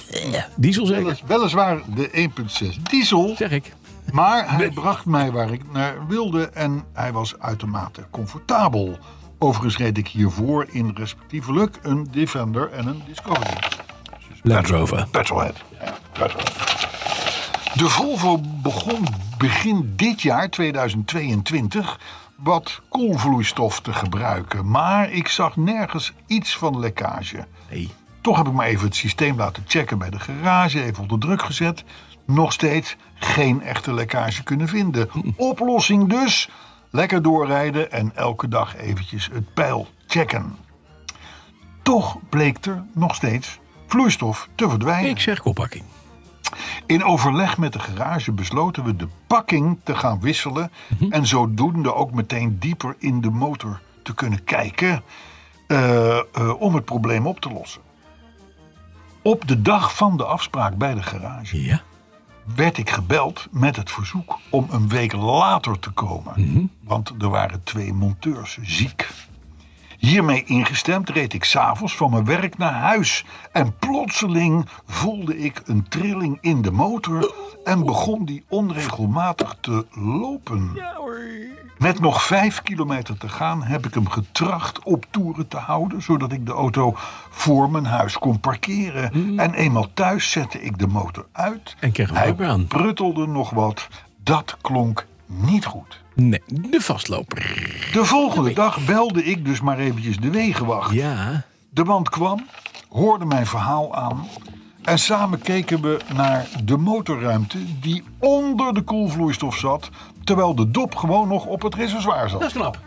[SPEAKER 3] Diesel zeker?
[SPEAKER 2] Welis- Weliswaar de 1.6 diesel,
[SPEAKER 3] Zeg ik.
[SPEAKER 2] maar hij bracht mij waar ik naar wilde en hij was uitermate comfortabel. Overigens reed ik hiervoor in respectievelijk een Defender en een Discovery.
[SPEAKER 3] Land Rover.
[SPEAKER 2] Petrolhead. Ja, Petrolhead. De Volvo begon begin dit jaar, 2022, wat koelvloeistof te gebruiken. Maar ik zag nergens iets van lekkage.
[SPEAKER 3] Nee.
[SPEAKER 2] Toch heb ik maar even het systeem laten checken bij de garage, even onder druk gezet. Nog steeds geen echte lekkage kunnen vinden. Oplossing dus: lekker doorrijden en elke dag eventjes het pijl checken. Toch bleek er nog steeds vloeistof te verdwijnen.
[SPEAKER 3] Ik zeg koppakking.
[SPEAKER 2] In overleg met de garage besloten we de pakking te gaan wisselen. En zodoende ook meteen dieper in de motor te kunnen kijken. eh, eh, om het probleem op te lossen. Op de dag van de afspraak bij de garage
[SPEAKER 3] Ja.
[SPEAKER 2] werd ik gebeld met het verzoek om een week later te komen. Want er waren twee monteurs ziek. Hiermee ingestemd reed ik s'avonds van mijn werk naar huis. En plotseling voelde ik een trilling in de motor en begon die onregelmatig te lopen. Met nog vijf kilometer te gaan heb ik hem getracht op toeren te houden, zodat ik de auto voor mijn huis kon parkeren. En eenmaal thuis zette ik de motor uit.
[SPEAKER 3] Mm. En kreeg hem
[SPEAKER 2] Hij
[SPEAKER 3] ook weer aan.
[SPEAKER 2] pruttelde nog wat. Dat klonk niet goed.
[SPEAKER 3] Nee, de vastloper.
[SPEAKER 2] De volgende dag belde ik dus maar eventjes de wegenwacht.
[SPEAKER 3] Ja.
[SPEAKER 2] De man kwam, hoorde mijn verhaal aan. En samen keken we naar de motorruimte die onder de koelvloeistof zat. Terwijl de dop gewoon nog op het reservoir zat.
[SPEAKER 3] is knap.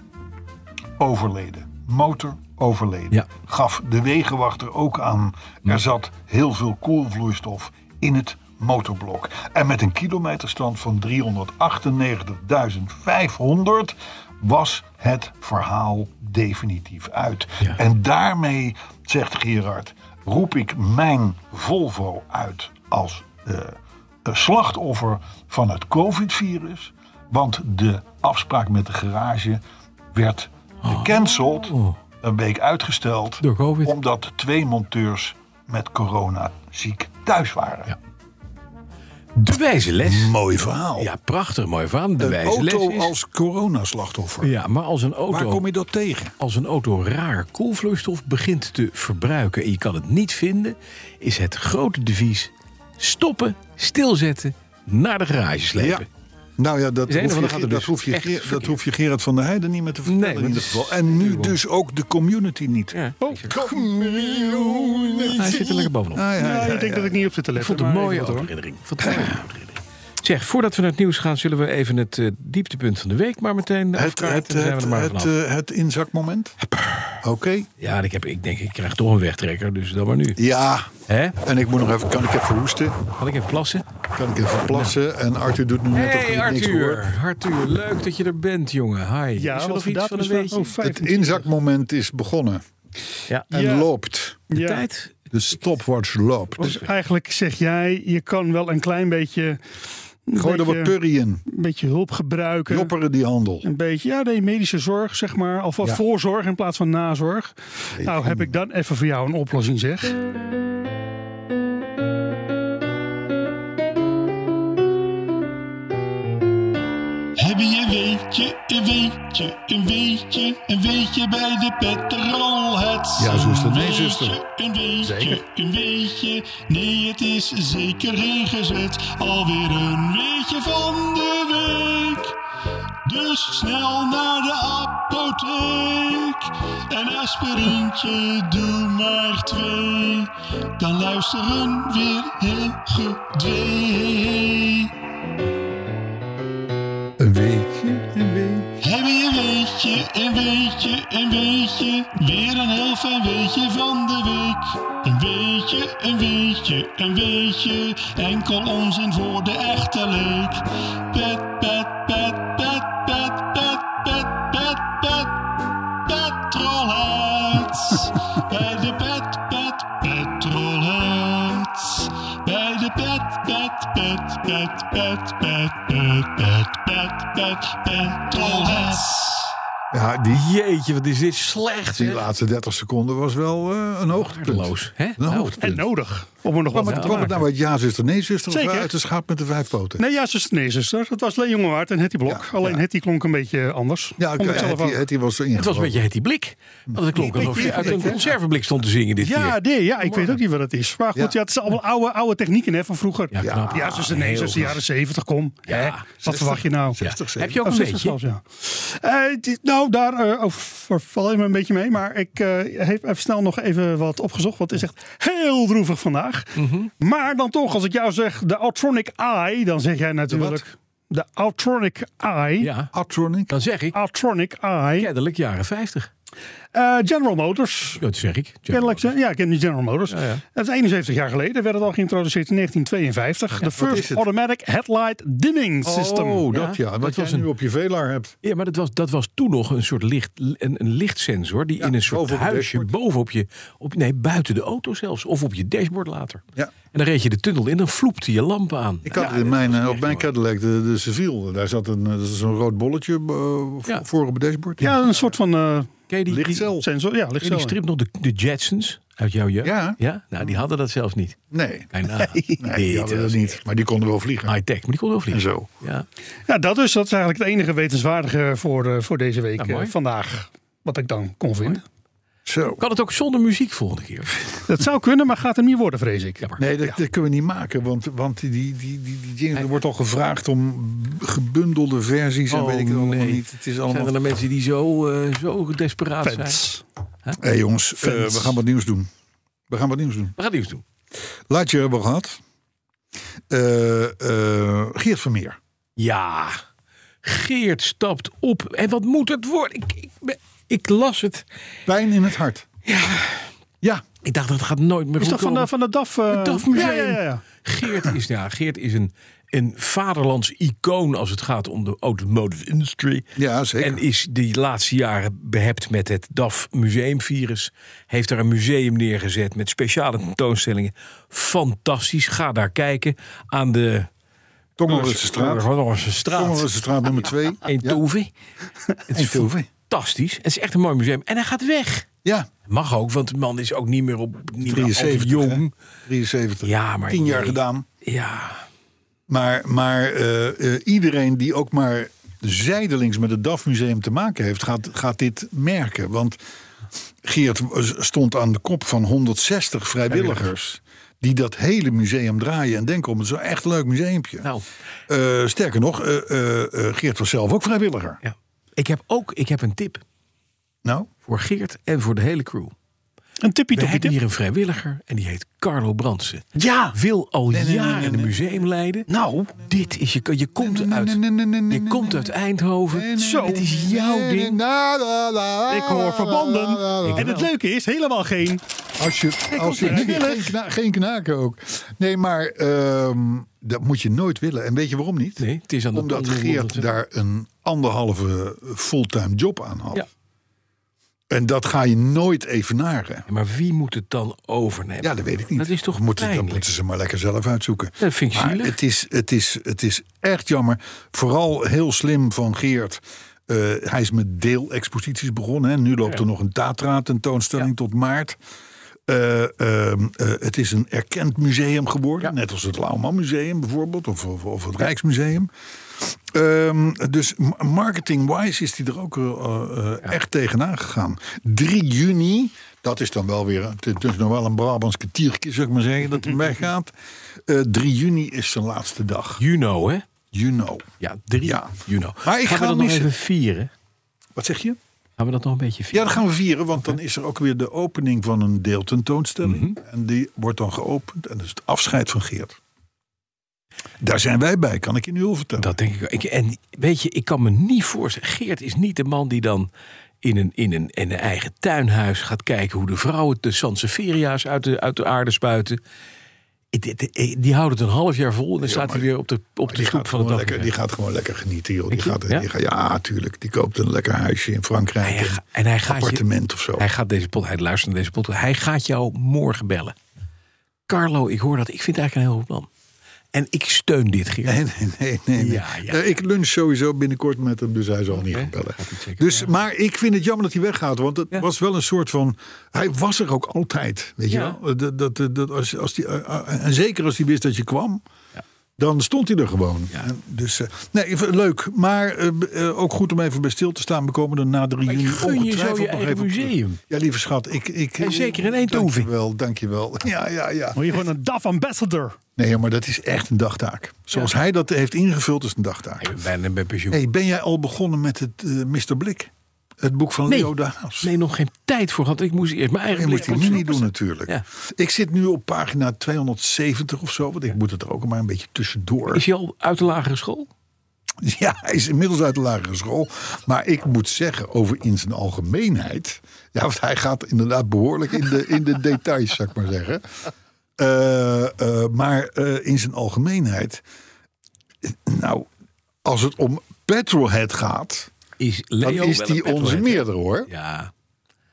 [SPEAKER 2] overleden. Motor overleden.
[SPEAKER 3] Ja.
[SPEAKER 2] Gaf de wegenwachter ook aan. Er zat heel veel koelvloeistof in het motorblok. En met een kilometerstand van 398.500 was het verhaal definitief uit.
[SPEAKER 3] Ja.
[SPEAKER 2] En daarmee, zegt Gerard, roep ik mijn Volvo uit als eh, eh, slachtoffer van het COVID-virus. Want de afspraak met de garage werd gecanceld, een week uitgesteld,
[SPEAKER 3] Oh. Door COVID.
[SPEAKER 2] omdat twee monteurs met corona ziek thuis waren.
[SPEAKER 3] Ja. De wijze les.
[SPEAKER 2] Mooi verhaal.
[SPEAKER 3] Ja, prachtig mooi verhaal. De wijze les is...
[SPEAKER 2] coronaslachtoffer.
[SPEAKER 3] Ja, maar als een auto...
[SPEAKER 2] je dat tegen?
[SPEAKER 3] Als een auto raar koelvloeistof begint te verbruiken en je kan het niet vinden, is het grote devies stoppen, stilzetten, naar de garage slepen.
[SPEAKER 2] Nou ja, dat,
[SPEAKER 3] Is een
[SPEAKER 2] hoef je,
[SPEAKER 3] van de
[SPEAKER 2] Ge-
[SPEAKER 3] gaten
[SPEAKER 2] dat,
[SPEAKER 3] dus
[SPEAKER 2] hoef je,
[SPEAKER 3] echt
[SPEAKER 2] Ge- dat
[SPEAKER 3] verkeerd.
[SPEAKER 2] hoef je Gerard van der Heijden niet meer te vertellen
[SPEAKER 3] Nee,
[SPEAKER 2] in
[SPEAKER 3] dat
[SPEAKER 2] ieder
[SPEAKER 3] is-
[SPEAKER 2] geval. En nu dus ook de community niet.
[SPEAKER 3] Ja.
[SPEAKER 2] Oh, community.
[SPEAKER 3] Hij zit er lekker bovenop.
[SPEAKER 2] Ah, ja, ja,
[SPEAKER 4] Ja,
[SPEAKER 2] ja,
[SPEAKER 4] ik denk dat ik niet op zit te
[SPEAKER 3] Ik
[SPEAKER 4] letten.
[SPEAKER 3] vond het een
[SPEAKER 4] maar
[SPEAKER 3] mooie
[SPEAKER 4] even wat hoor.
[SPEAKER 3] autoherinnering. Ik vond het een mooie autoherinnering. Zeg, voordat we naar het nieuws gaan, zullen we even het eh, dieptepunt van de week maar meteen
[SPEAKER 2] Het,
[SPEAKER 3] afkaarten.
[SPEAKER 2] het,
[SPEAKER 3] Dan zijn we
[SPEAKER 2] het,
[SPEAKER 3] er maar
[SPEAKER 2] het,
[SPEAKER 3] vanaf.
[SPEAKER 2] eh, het inzakmoment. Oké.
[SPEAKER 3] ja, ik, heb, ik denk, ik krijg toch een wegtrekker, dus dan maar nu.
[SPEAKER 2] Ja.
[SPEAKER 3] Hè?
[SPEAKER 2] En ik moet nog even, kan ik even hoesten?
[SPEAKER 3] Had ik even plassen?
[SPEAKER 2] Kan ik even plassen? En Arthur doet nu net alsof
[SPEAKER 3] Hey
[SPEAKER 2] hij niks hoort.
[SPEAKER 3] Arthur, Arthur, leuk dat je er bent, jongen. Hi.
[SPEAKER 4] Ja,
[SPEAKER 3] is er nog
[SPEAKER 4] wat voor
[SPEAKER 3] iets van
[SPEAKER 4] datum
[SPEAKER 3] een
[SPEAKER 4] is vandaag?
[SPEAKER 3] beetje?
[SPEAKER 4] Oh, vijf-
[SPEAKER 2] Het inzakmoment is begonnen
[SPEAKER 3] Ja.
[SPEAKER 2] en
[SPEAKER 4] Ja.
[SPEAKER 2] loopt.
[SPEAKER 3] De
[SPEAKER 4] Ja.
[SPEAKER 3] tijd?
[SPEAKER 2] De stopwatch loopt.
[SPEAKER 4] Dus eigenlijk zeg jij, je kan wel een klein beetje... Een
[SPEAKER 2] Gooi er
[SPEAKER 4] beetje,
[SPEAKER 2] wat purrie in.
[SPEAKER 4] Een beetje hulp gebruiken.
[SPEAKER 2] Jopperen die handel.
[SPEAKER 4] Een beetje, ja, nee, medische zorg, zeg maar. Of wat
[SPEAKER 2] Ja. hmm.
[SPEAKER 4] voorzorg in plaats van nazorg. Nou, heb ik dan even voor jou een oplossing, zeg.
[SPEAKER 6] Hebben je een weetje, een weetje, een weetje, een weetje bij de petrolheads?
[SPEAKER 2] Ja, zuster. Nee,
[SPEAKER 6] Weetje,
[SPEAKER 2] zuster.
[SPEAKER 6] Een weetje,
[SPEAKER 2] Zeker.
[SPEAKER 6] een weetje, nee het is zeker ingezet. Alweer een weetje van de week. Dus snel naar de apotheek. Een aspirintje, doe maar twee. Dan luisteren weer heel gedwee.
[SPEAKER 2] Een weekje, een weekje.
[SPEAKER 6] Heb je een weetje, een weetje, een weetje. Weer een heel fijn weetje van de week. Een weetje, een weetje, een weetje. Enkel onzin voor de echte leek. Pet, pet, pet, pet, pet, pet, pet, pet, pet. Petrolheads. Bij de pet, pet, petrolheads. Bij de pet, pet, pet, pet, pet, pet, pet, pet, pet, pet, petrolheads.
[SPEAKER 2] Ja, die,
[SPEAKER 3] Jeetje, wat is dit slecht.
[SPEAKER 2] die
[SPEAKER 3] zeg.
[SPEAKER 2] laatste 30 seconden was wel eh, een hoogtepunt.
[SPEAKER 3] Waardeloos, hè?
[SPEAKER 2] Een
[SPEAKER 3] Nou,
[SPEAKER 4] En
[SPEAKER 2] hoogtepunt.
[SPEAKER 4] nodig. Om er nog wat
[SPEAKER 2] Maar
[SPEAKER 4] van te
[SPEAKER 2] kwam het
[SPEAKER 4] maken.
[SPEAKER 2] nou uit ja, zuster, nee, zuster? Of
[SPEAKER 4] Zeker.
[SPEAKER 2] uit de schaap met de vijf poten?
[SPEAKER 4] Nee, ja, zuster, nee, zuster. Het was Leen Jongewaard en Hetty Blok.
[SPEAKER 2] Ja,
[SPEAKER 4] Alleen
[SPEAKER 2] ja.
[SPEAKER 4] Hetty klonk een beetje anders.
[SPEAKER 2] Ja,
[SPEAKER 4] Vond
[SPEAKER 2] oké,
[SPEAKER 4] ik zelf
[SPEAKER 2] het,
[SPEAKER 4] ook.
[SPEAKER 2] het, die was er
[SPEAKER 3] Het was een beetje het die blik. Want het klonk alsof je uit een conserveblik stond te zingen dit
[SPEAKER 4] Ja,
[SPEAKER 3] keer.
[SPEAKER 4] nee, ja, ik weet ook niet wat het is. Maar goed,
[SPEAKER 2] Ja.
[SPEAKER 4] ja. het zijn allemaal oude, oude technieken hè, van vroeger.
[SPEAKER 3] Ja, knap.
[SPEAKER 4] Ja, zuster, nee,
[SPEAKER 3] Heel
[SPEAKER 4] zuster,
[SPEAKER 3] goed.
[SPEAKER 4] jaren 70, kom.
[SPEAKER 3] Ja,
[SPEAKER 4] Hè? Wat
[SPEAKER 3] 60,
[SPEAKER 4] verwacht je nou?
[SPEAKER 3] Ja. Heb je ook
[SPEAKER 4] Of
[SPEAKER 3] een
[SPEAKER 4] 60
[SPEAKER 3] beetje?
[SPEAKER 4] zelfs, ja. Eh, dit- nou, daar eh, over val je me een beetje mee. Maar ik eh, heb even snel nog even wat opgezocht. Want het is echt heel droevig vandaag.
[SPEAKER 3] Mhm.
[SPEAKER 4] Maar dan toch, als ik jou zeg de Outronic Eye, dan zeg jij natuurlijk... De Outronic Eye.
[SPEAKER 3] Ja,
[SPEAKER 2] Atronic.
[SPEAKER 3] dan zeg ik
[SPEAKER 4] Outronic Eye.
[SPEAKER 3] kennelijk jaren 50.
[SPEAKER 4] Eh, General Motors.
[SPEAKER 3] Dat zeg ik.
[SPEAKER 4] Kennelijk,
[SPEAKER 3] Ja,
[SPEAKER 4] zijn- ja, ik ken die General Motors.
[SPEAKER 3] Ja, ja.
[SPEAKER 4] Dat is 71 jaar geleden, werd het al geïntroduceerd in 1952. De
[SPEAKER 2] is
[SPEAKER 4] First
[SPEAKER 2] het?
[SPEAKER 4] Automatic Headlight Dimming System.
[SPEAKER 2] Oh, dat ja.
[SPEAKER 3] dat
[SPEAKER 2] Wat
[SPEAKER 3] was
[SPEAKER 2] jij nu
[SPEAKER 3] een-
[SPEAKER 2] op je velaar hebt.
[SPEAKER 3] Ja, maar dat was, dat was toen nog een soort licht, een, een lichtsensor die in een soort
[SPEAKER 2] bovenop het
[SPEAKER 3] huisje
[SPEAKER 2] dashboard.
[SPEAKER 3] bovenop je, op, nee, buiten de auto zelfs, of op je dashboard later.
[SPEAKER 2] Ja.
[SPEAKER 3] En dan reed je de tunnel in, dan vloepte je lampen aan.
[SPEAKER 2] Ik had
[SPEAKER 3] Ja,
[SPEAKER 2] het in
[SPEAKER 3] dat
[SPEAKER 2] mijn,
[SPEAKER 3] was
[SPEAKER 2] eh,
[SPEAKER 3] echt,
[SPEAKER 2] op mijn
[SPEAKER 3] jongen.
[SPEAKER 2] Cadillac, de, de Seville, daar zat een, eh, dat is een rood bolletje eh,
[SPEAKER 3] Ja. Oh.
[SPEAKER 2] voor op het dashboard.
[SPEAKER 4] Ja, een soort van eh,
[SPEAKER 3] Ken je die, die-
[SPEAKER 2] lichtcel.
[SPEAKER 4] sensor. Ja,
[SPEAKER 3] ken je die
[SPEAKER 4] lichtcel.
[SPEAKER 3] strip nog, de, de Jetsons uit jouw jeugd?
[SPEAKER 2] Ja.
[SPEAKER 3] ja. Nou, die hadden dat zelfs niet.
[SPEAKER 2] Nee,
[SPEAKER 3] Kan je nagaan.
[SPEAKER 2] nee die hadden dat niet. Maar die konden wel vliegen.
[SPEAKER 3] High-tech, maar die kon wel
[SPEAKER 2] En
[SPEAKER 3] vliegen.
[SPEAKER 2] zo.
[SPEAKER 3] Ja.
[SPEAKER 4] Ja, dat is, dat is eigenlijk het enige wetenswaardige voor, eh, voor deze week
[SPEAKER 3] Nou, mooi.
[SPEAKER 4] eh, vandaag. Wat ik dan kon vinden.
[SPEAKER 2] Zo.
[SPEAKER 3] Kan het ook zonder muziek volgende keer?
[SPEAKER 4] Dat zou kunnen, maar gaat er niet worden, vrees ik.
[SPEAKER 3] Jammer.
[SPEAKER 2] Nee, dat, dat kunnen we niet maken, eh, want, want die, die, die, die, die dingen, er wordt al gevraagd om gebundelde versies en
[SPEAKER 3] Oh,
[SPEAKER 2] weet ik het allemaal
[SPEAKER 3] nee.
[SPEAKER 2] niet. Het is
[SPEAKER 3] Zijn
[SPEAKER 2] allemaal...
[SPEAKER 3] er dan mensen die zo, eh, zo desperaat zijn?
[SPEAKER 4] Fans.
[SPEAKER 2] Hé jongens, eh, we gaan wat nieuws doen. We gaan wat nieuws doen.
[SPEAKER 3] We gaan nieuws doen.
[SPEAKER 2] Laatje hebben we gehad. Eh, eh, Geert Vermeer.
[SPEAKER 3] Ja, Geert stapt op. En wat moet het worden? Ik, ik, ben- ik las het.
[SPEAKER 2] Pijn in het hart. Ja.
[SPEAKER 3] Ik dacht, dat gaat nooit meer
[SPEAKER 4] Is
[SPEAKER 3] goed
[SPEAKER 4] dat van de,
[SPEAKER 3] komen.
[SPEAKER 4] van de DAF? eh,
[SPEAKER 3] Het DAF Museum.
[SPEAKER 4] Ja, ja, ja, ja.
[SPEAKER 3] Geert is, ja, Geert is een, een vaderlands icoon als het gaat om de automotive industry.
[SPEAKER 2] Ja, zeker.
[SPEAKER 3] En is die laatste jaren behept met het DAF museumvirus. Heeft daar een museum neergezet met speciale tentoonstellingen. Fantastisch, ga daar kijken. aan de...
[SPEAKER 2] Tongelrutse straat.
[SPEAKER 3] Tongerwetse straat.
[SPEAKER 2] Tongelrutse straat nummer 2.
[SPEAKER 3] in Eindhoven. Het is
[SPEAKER 2] Eindhoven.
[SPEAKER 3] fantastisch. Het is echt een mooi museum. En hij gaat weg.
[SPEAKER 2] Ja,
[SPEAKER 3] Mag ook, want de man is ook niet meer op niet meer al te
[SPEAKER 2] 73.
[SPEAKER 3] jong.
[SPEAKER 2] hè? 73.
[SPEAKER 3] Ja, maar
[SPEAKER 2] Tien jaar
[SPEAKER 3] nee.
[SPEAKER 2] gedaan.
[SPEAKER 3] Ja,
[SPEAKER 2] Maar, maar eh, eh, iedereen die ook maar zijdelings met het DAF Museum te maken heeft, gaat, gaat dit merken. Want Geert stond aan de kop van 160 vrijwilligers. Die dat hele museum draaien en denken om het is een echt leuk museumpje.
[SPEAKER 3] nou.
[SPEAKER 2] Eh, sterker nog, eh, eh, eh, Geert was zelf ook vrijwilliger.
[SPEAKER 3] Ja. Ik heb ook ik heb een tip
[SPEAKER 2] Nou,
[SPEAKER 3] voor Geert en voor de hele crew.
[SPEAKER 4] Een tippie
[SPEAKER 3] We
[SPEAKER 4] toppie
[SPEAKER 3] hebben
[SPEAKER 4] tip.
[SPEAKER 3] hier een vrijwilliger en die heet Carlo Brandsen.
[SPEAKER 4] Ja!
[SPEAKER 3] Wil al
[SPEAKER 2] nee, nee,
[SPEAKER 3] jaren
[SPEAKER 2] nee,
[SPEAKER 3] de
[SPEAKER 2] nee.
[SPEAKER 3] museum leiden.
[SPEAKER 4] Nou,
[SPEAKER 3] Dit is je, je komt uit,
[SPEAKER 2] nee, nee, nee, nee,
[SPEAKER 3] je komt uit Eindhoven.
[SPEAKER 4] zo.
[SPEAKER 3] Dit is jouw ding.
[SPEAKER 4] Ik hoor verbanden. En het leuke is, helemaal geen...
[SPEAKER 2] Als je, als je geen, kna- geen knaken ook. Nee, maar ehm, dat moet je nooit willen. En weet je waarom niet?
[SPEAKER 3] Nee, het is aan de
[SPEAKER 2] Omdat
[SPEAKER 3] tanden
[SPEAKER 2] Geert
[SPEAKER 3] honderd, hè?
[SPEAKER 2] daar een anderhalve fulltime job aan had.
[SPEAKER 3] Ja.
[SPEAKER 2] En dat ga je nooit evenaren.
[SPEAKER 3] Maar wie moet het dan overnemen?
[SPEAKER 2] Ja, dat weet ik niet.
[SPEAKER 3] Dat is toch
[SPEAKER 2] moeten, Dan
[SPEAKER 3] pijnlijk?
[SPEAKER 2] moeten ze maar lekker zelf uitzoeken.
[SPEAKER 3] Dat vind ik
[SPEAKER 2] maar
[SPEAKER 3] zielig.
[SPEAKER 2] het is, het, is, het is echt jammer. Vooral heel slim van Geert. Eh, hij is met deelexposities begonnen. Hè. Nu loopt er nog een Tatra tentoonstelling tot maart. Eh, ehm, eh, het is een erkend museum geworden. Net als het Lauwman Museum bijvoorbeeld. Of, of, of het Rijksmuseum. Ehm, dus ma- marketing-wise is hij er ook eh, eh, echt tegenaan gegaan. 3 juni, dat is dan wel weer, het is dus nog wel een Brabants ketiertje, zou ik maar zeggen, dat hij weggaat. Eh 3 juni is zijn laatste dag.
[SPEAKER 3] Juno, hè?
[SPEAKER 2] You know.
[SPEAKER 3] Ja, 3
[SPEAKER 2] Ja.
[SPEAKER 3] juno.
[SPEAKER 2] Maar ik
[SPEAKER 3] gaan we
[SPEAKER 2] ga
[SPEAKER 3] dat nog
[SPEAKER 2] missen.
[SPEAKER 3] even vieren?
[SPEAKER 2] Wat zeg je?
[SPEAKER 3] Gaan we dat nog een beetje
[SPEAKER 2] Ja,
[SPEAKER 3] vieren?
[SPEAKER 2] dat gaan we vieren, want dan is er ook weer de opening van een deeltentoonstelling. En die wordt dan geopend en dat is het afscheid van Geert. Daar zijn wij bij, kan ik je nu al vertellen.
[SPEAKER 3] Dat denk ik wel. Ik, en weet je, ik kan me niet voorstellen. Geert is niet de man die dan in een, in een, in een eigen tuinhuis gaat kijken hoe de vrouwen de Sanseveria's uit de, uit de aarde spuiten. Ik- ik- ik- Die houden het een half jaar vol en dan staat hij weer op de, op de
[SPEAKER 2] die,
[SPEAKER 3] stoep
[SPEAKER 2] gaat
[SPEAKER 3] van het
[SPEAKER 2] gewoon
[SPEAKER 3] dagelijks.
[SPEAKER 2] lekker, die gaat gewoon lekker genieten, joh. Die
[SPEAKER 3] Denk je?
[SPEAKER 2] gaat,
[SPEAKER 3] Ja?
[SPEAKER 2] die gaat, ja, tuurlijk. Die koopt een lekker huisje in Frankrijk.
[SPEAKER 3] Hij
[SPEAKER 2] een
[SPEAKER 3] ga- en hij gaat je-
[SPEAKER 2] appartement of zo.
[SPEAKER 3] Hij gaat deze pot, hij luistert naar deze pot. Hij gaat jou morgen bellen. Carlo, ik hoor dat. Ik vind het eigenlijk een heel goed plan. En ik steun dit, Geert.
[SPEAKER 2] Nee, nee, nee. nee, nee.
[SPEAKER 3] Ja, ja.
[SPEAKER 2] Eh, Ik lunch sowieso binnenkort met hem, dus hij zal niet gaan bellen. Dus, Maar ik vind het jammer dat hij weggaat, want het was wel een soort van... Hij was er ook altijd, weet
[SPEAKER 3] Ja.
[SPEAKER 2] je wel? Eh, Dat, dat, dat, als, als die, eh, eh, en zeker als hij wist dat je kwam, dan stond hij er gewoon. En Dus, eh, nee, even leuk, maar eh, b- eh, ook goed om even bij stil te staan. We komen er na 3
[SPEAKER 3] ik
[SPEAKER 2] juni
[SPEAKER 3] gun je zo
[SPEAKER 2] ongetwijfeld
[SPEAKER 3] je
[SPEAKER 2] nog
[SPEAKER 3] eigen
[SPEAKER 2] even op terug.
[SPEAKER 3] museum.
[SPEAKER 2] Ja, lieve schat, ik... ik
[SPEAKER 3] En zeker in Eindhoven.
[SPEAKER 2] Dankjewel, dankjewel. Ja, ja, ja.
[SPEAKER 4] Moet je gewoon een DAF ambassador.
[SPEAKER 2] Nee, maar dat is echt een dagtaak. Zoals hij dat heeft ingevuld, is een dagtaak.
[SPEAKER 3] Ik ben bijna bij pensioen.
[SPEAKER 2] Hey, ben jij al begonnen met het eh, Mr. Blik? Het boek van
[SPEAKER 3] Nee.
[SPEAKER 2] Leo de Haas?
[SPEAKER 3] Nee, nog geen tijd voor gehad. Ik moest eerst mijn eigen
[SPEAKER 2] Je moet
[SPEAKER 3] blik
[SPEAKER 2] die nu niet
[SPEAKER 3] opzoeken.
[SPEAKER 2] doen natuurlijk.
[SPEAKER 3] Ja.
[SPEAKER 2] Ik zit nu op pagina 270 of zo. Want ik moet het er ook maar een beetje tussendoor.
[SPEAKER 3] Is hij al uit de lagere school?
[SPEAKER 2] Ja, hij is inmiddels uit de lagere school. Maar ik moet zeggen, over in zijn algemeenheid. Ja, want hij gaat inderdaad behoorlijk in de, in de details, zou ik maar zeggen. Eh, eh, maar eh, in zijn algemeenheid. eh, Nou, als het om Petrolhead gaat.
[SPEAKER 3] Is
[SPEAKER 2] Dan
[SPEAKER 3] Leo
[SPEAKER 2] is
[SPEAKER 3] wel
[SPEAKER 2] die
[SPEAKER 3] een
[SPEAKER 2] onze
[SPEAKER 3] petrolhead,
[SPEAKER 2] meerdere hoor.
[SPEAKER 3] hè? Ja.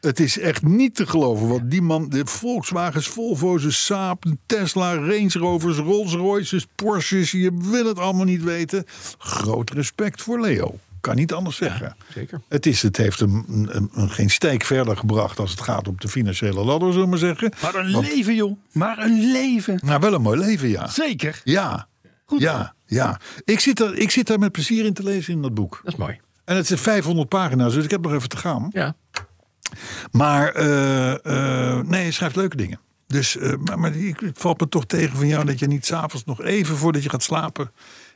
[SPEAKER 2] Het is echt niet te geloven. Want die man, de Volkswagens, Volvo's, Saab, Tesla, Range Rovers, Rolls Royces, Porsches. Je wil het allemaal niet weten. Groot respect voor Leo. Kan niet anders zeggen.
[SPEAKER 3] zeker.
[SPEAKER 2] Het, is, het heeft hem een, een- geen steek verder gebracht als het gaat om de financiële ladder, zullen we maar zeggen.
[SPEAKER 4] Maar een leven, joh. Maar een leven.
[SPEAKER 2] Maar wel een mooi leven, ja.
[SPEAKER 4] Zeker.
[SPEAKER 2] Ja, ja, ja. Ik zit, er, ik zit daar met plezier in te lezen in dat boek.
[SPEAKER 3] Dat is mooi.
[SPEAKER 2] En het zijn 500 pagina's, dus ik heb nog even te gaan.
[SPEAKER 3] Ja.
[SPEAKER 2] Maar eh, eh, nee, hij schrijft leuke dingen. Dus, eh, maar, maar ik, het valt me toch tegen van jou dat je niet s'avonds nog even voordat je gaat slapen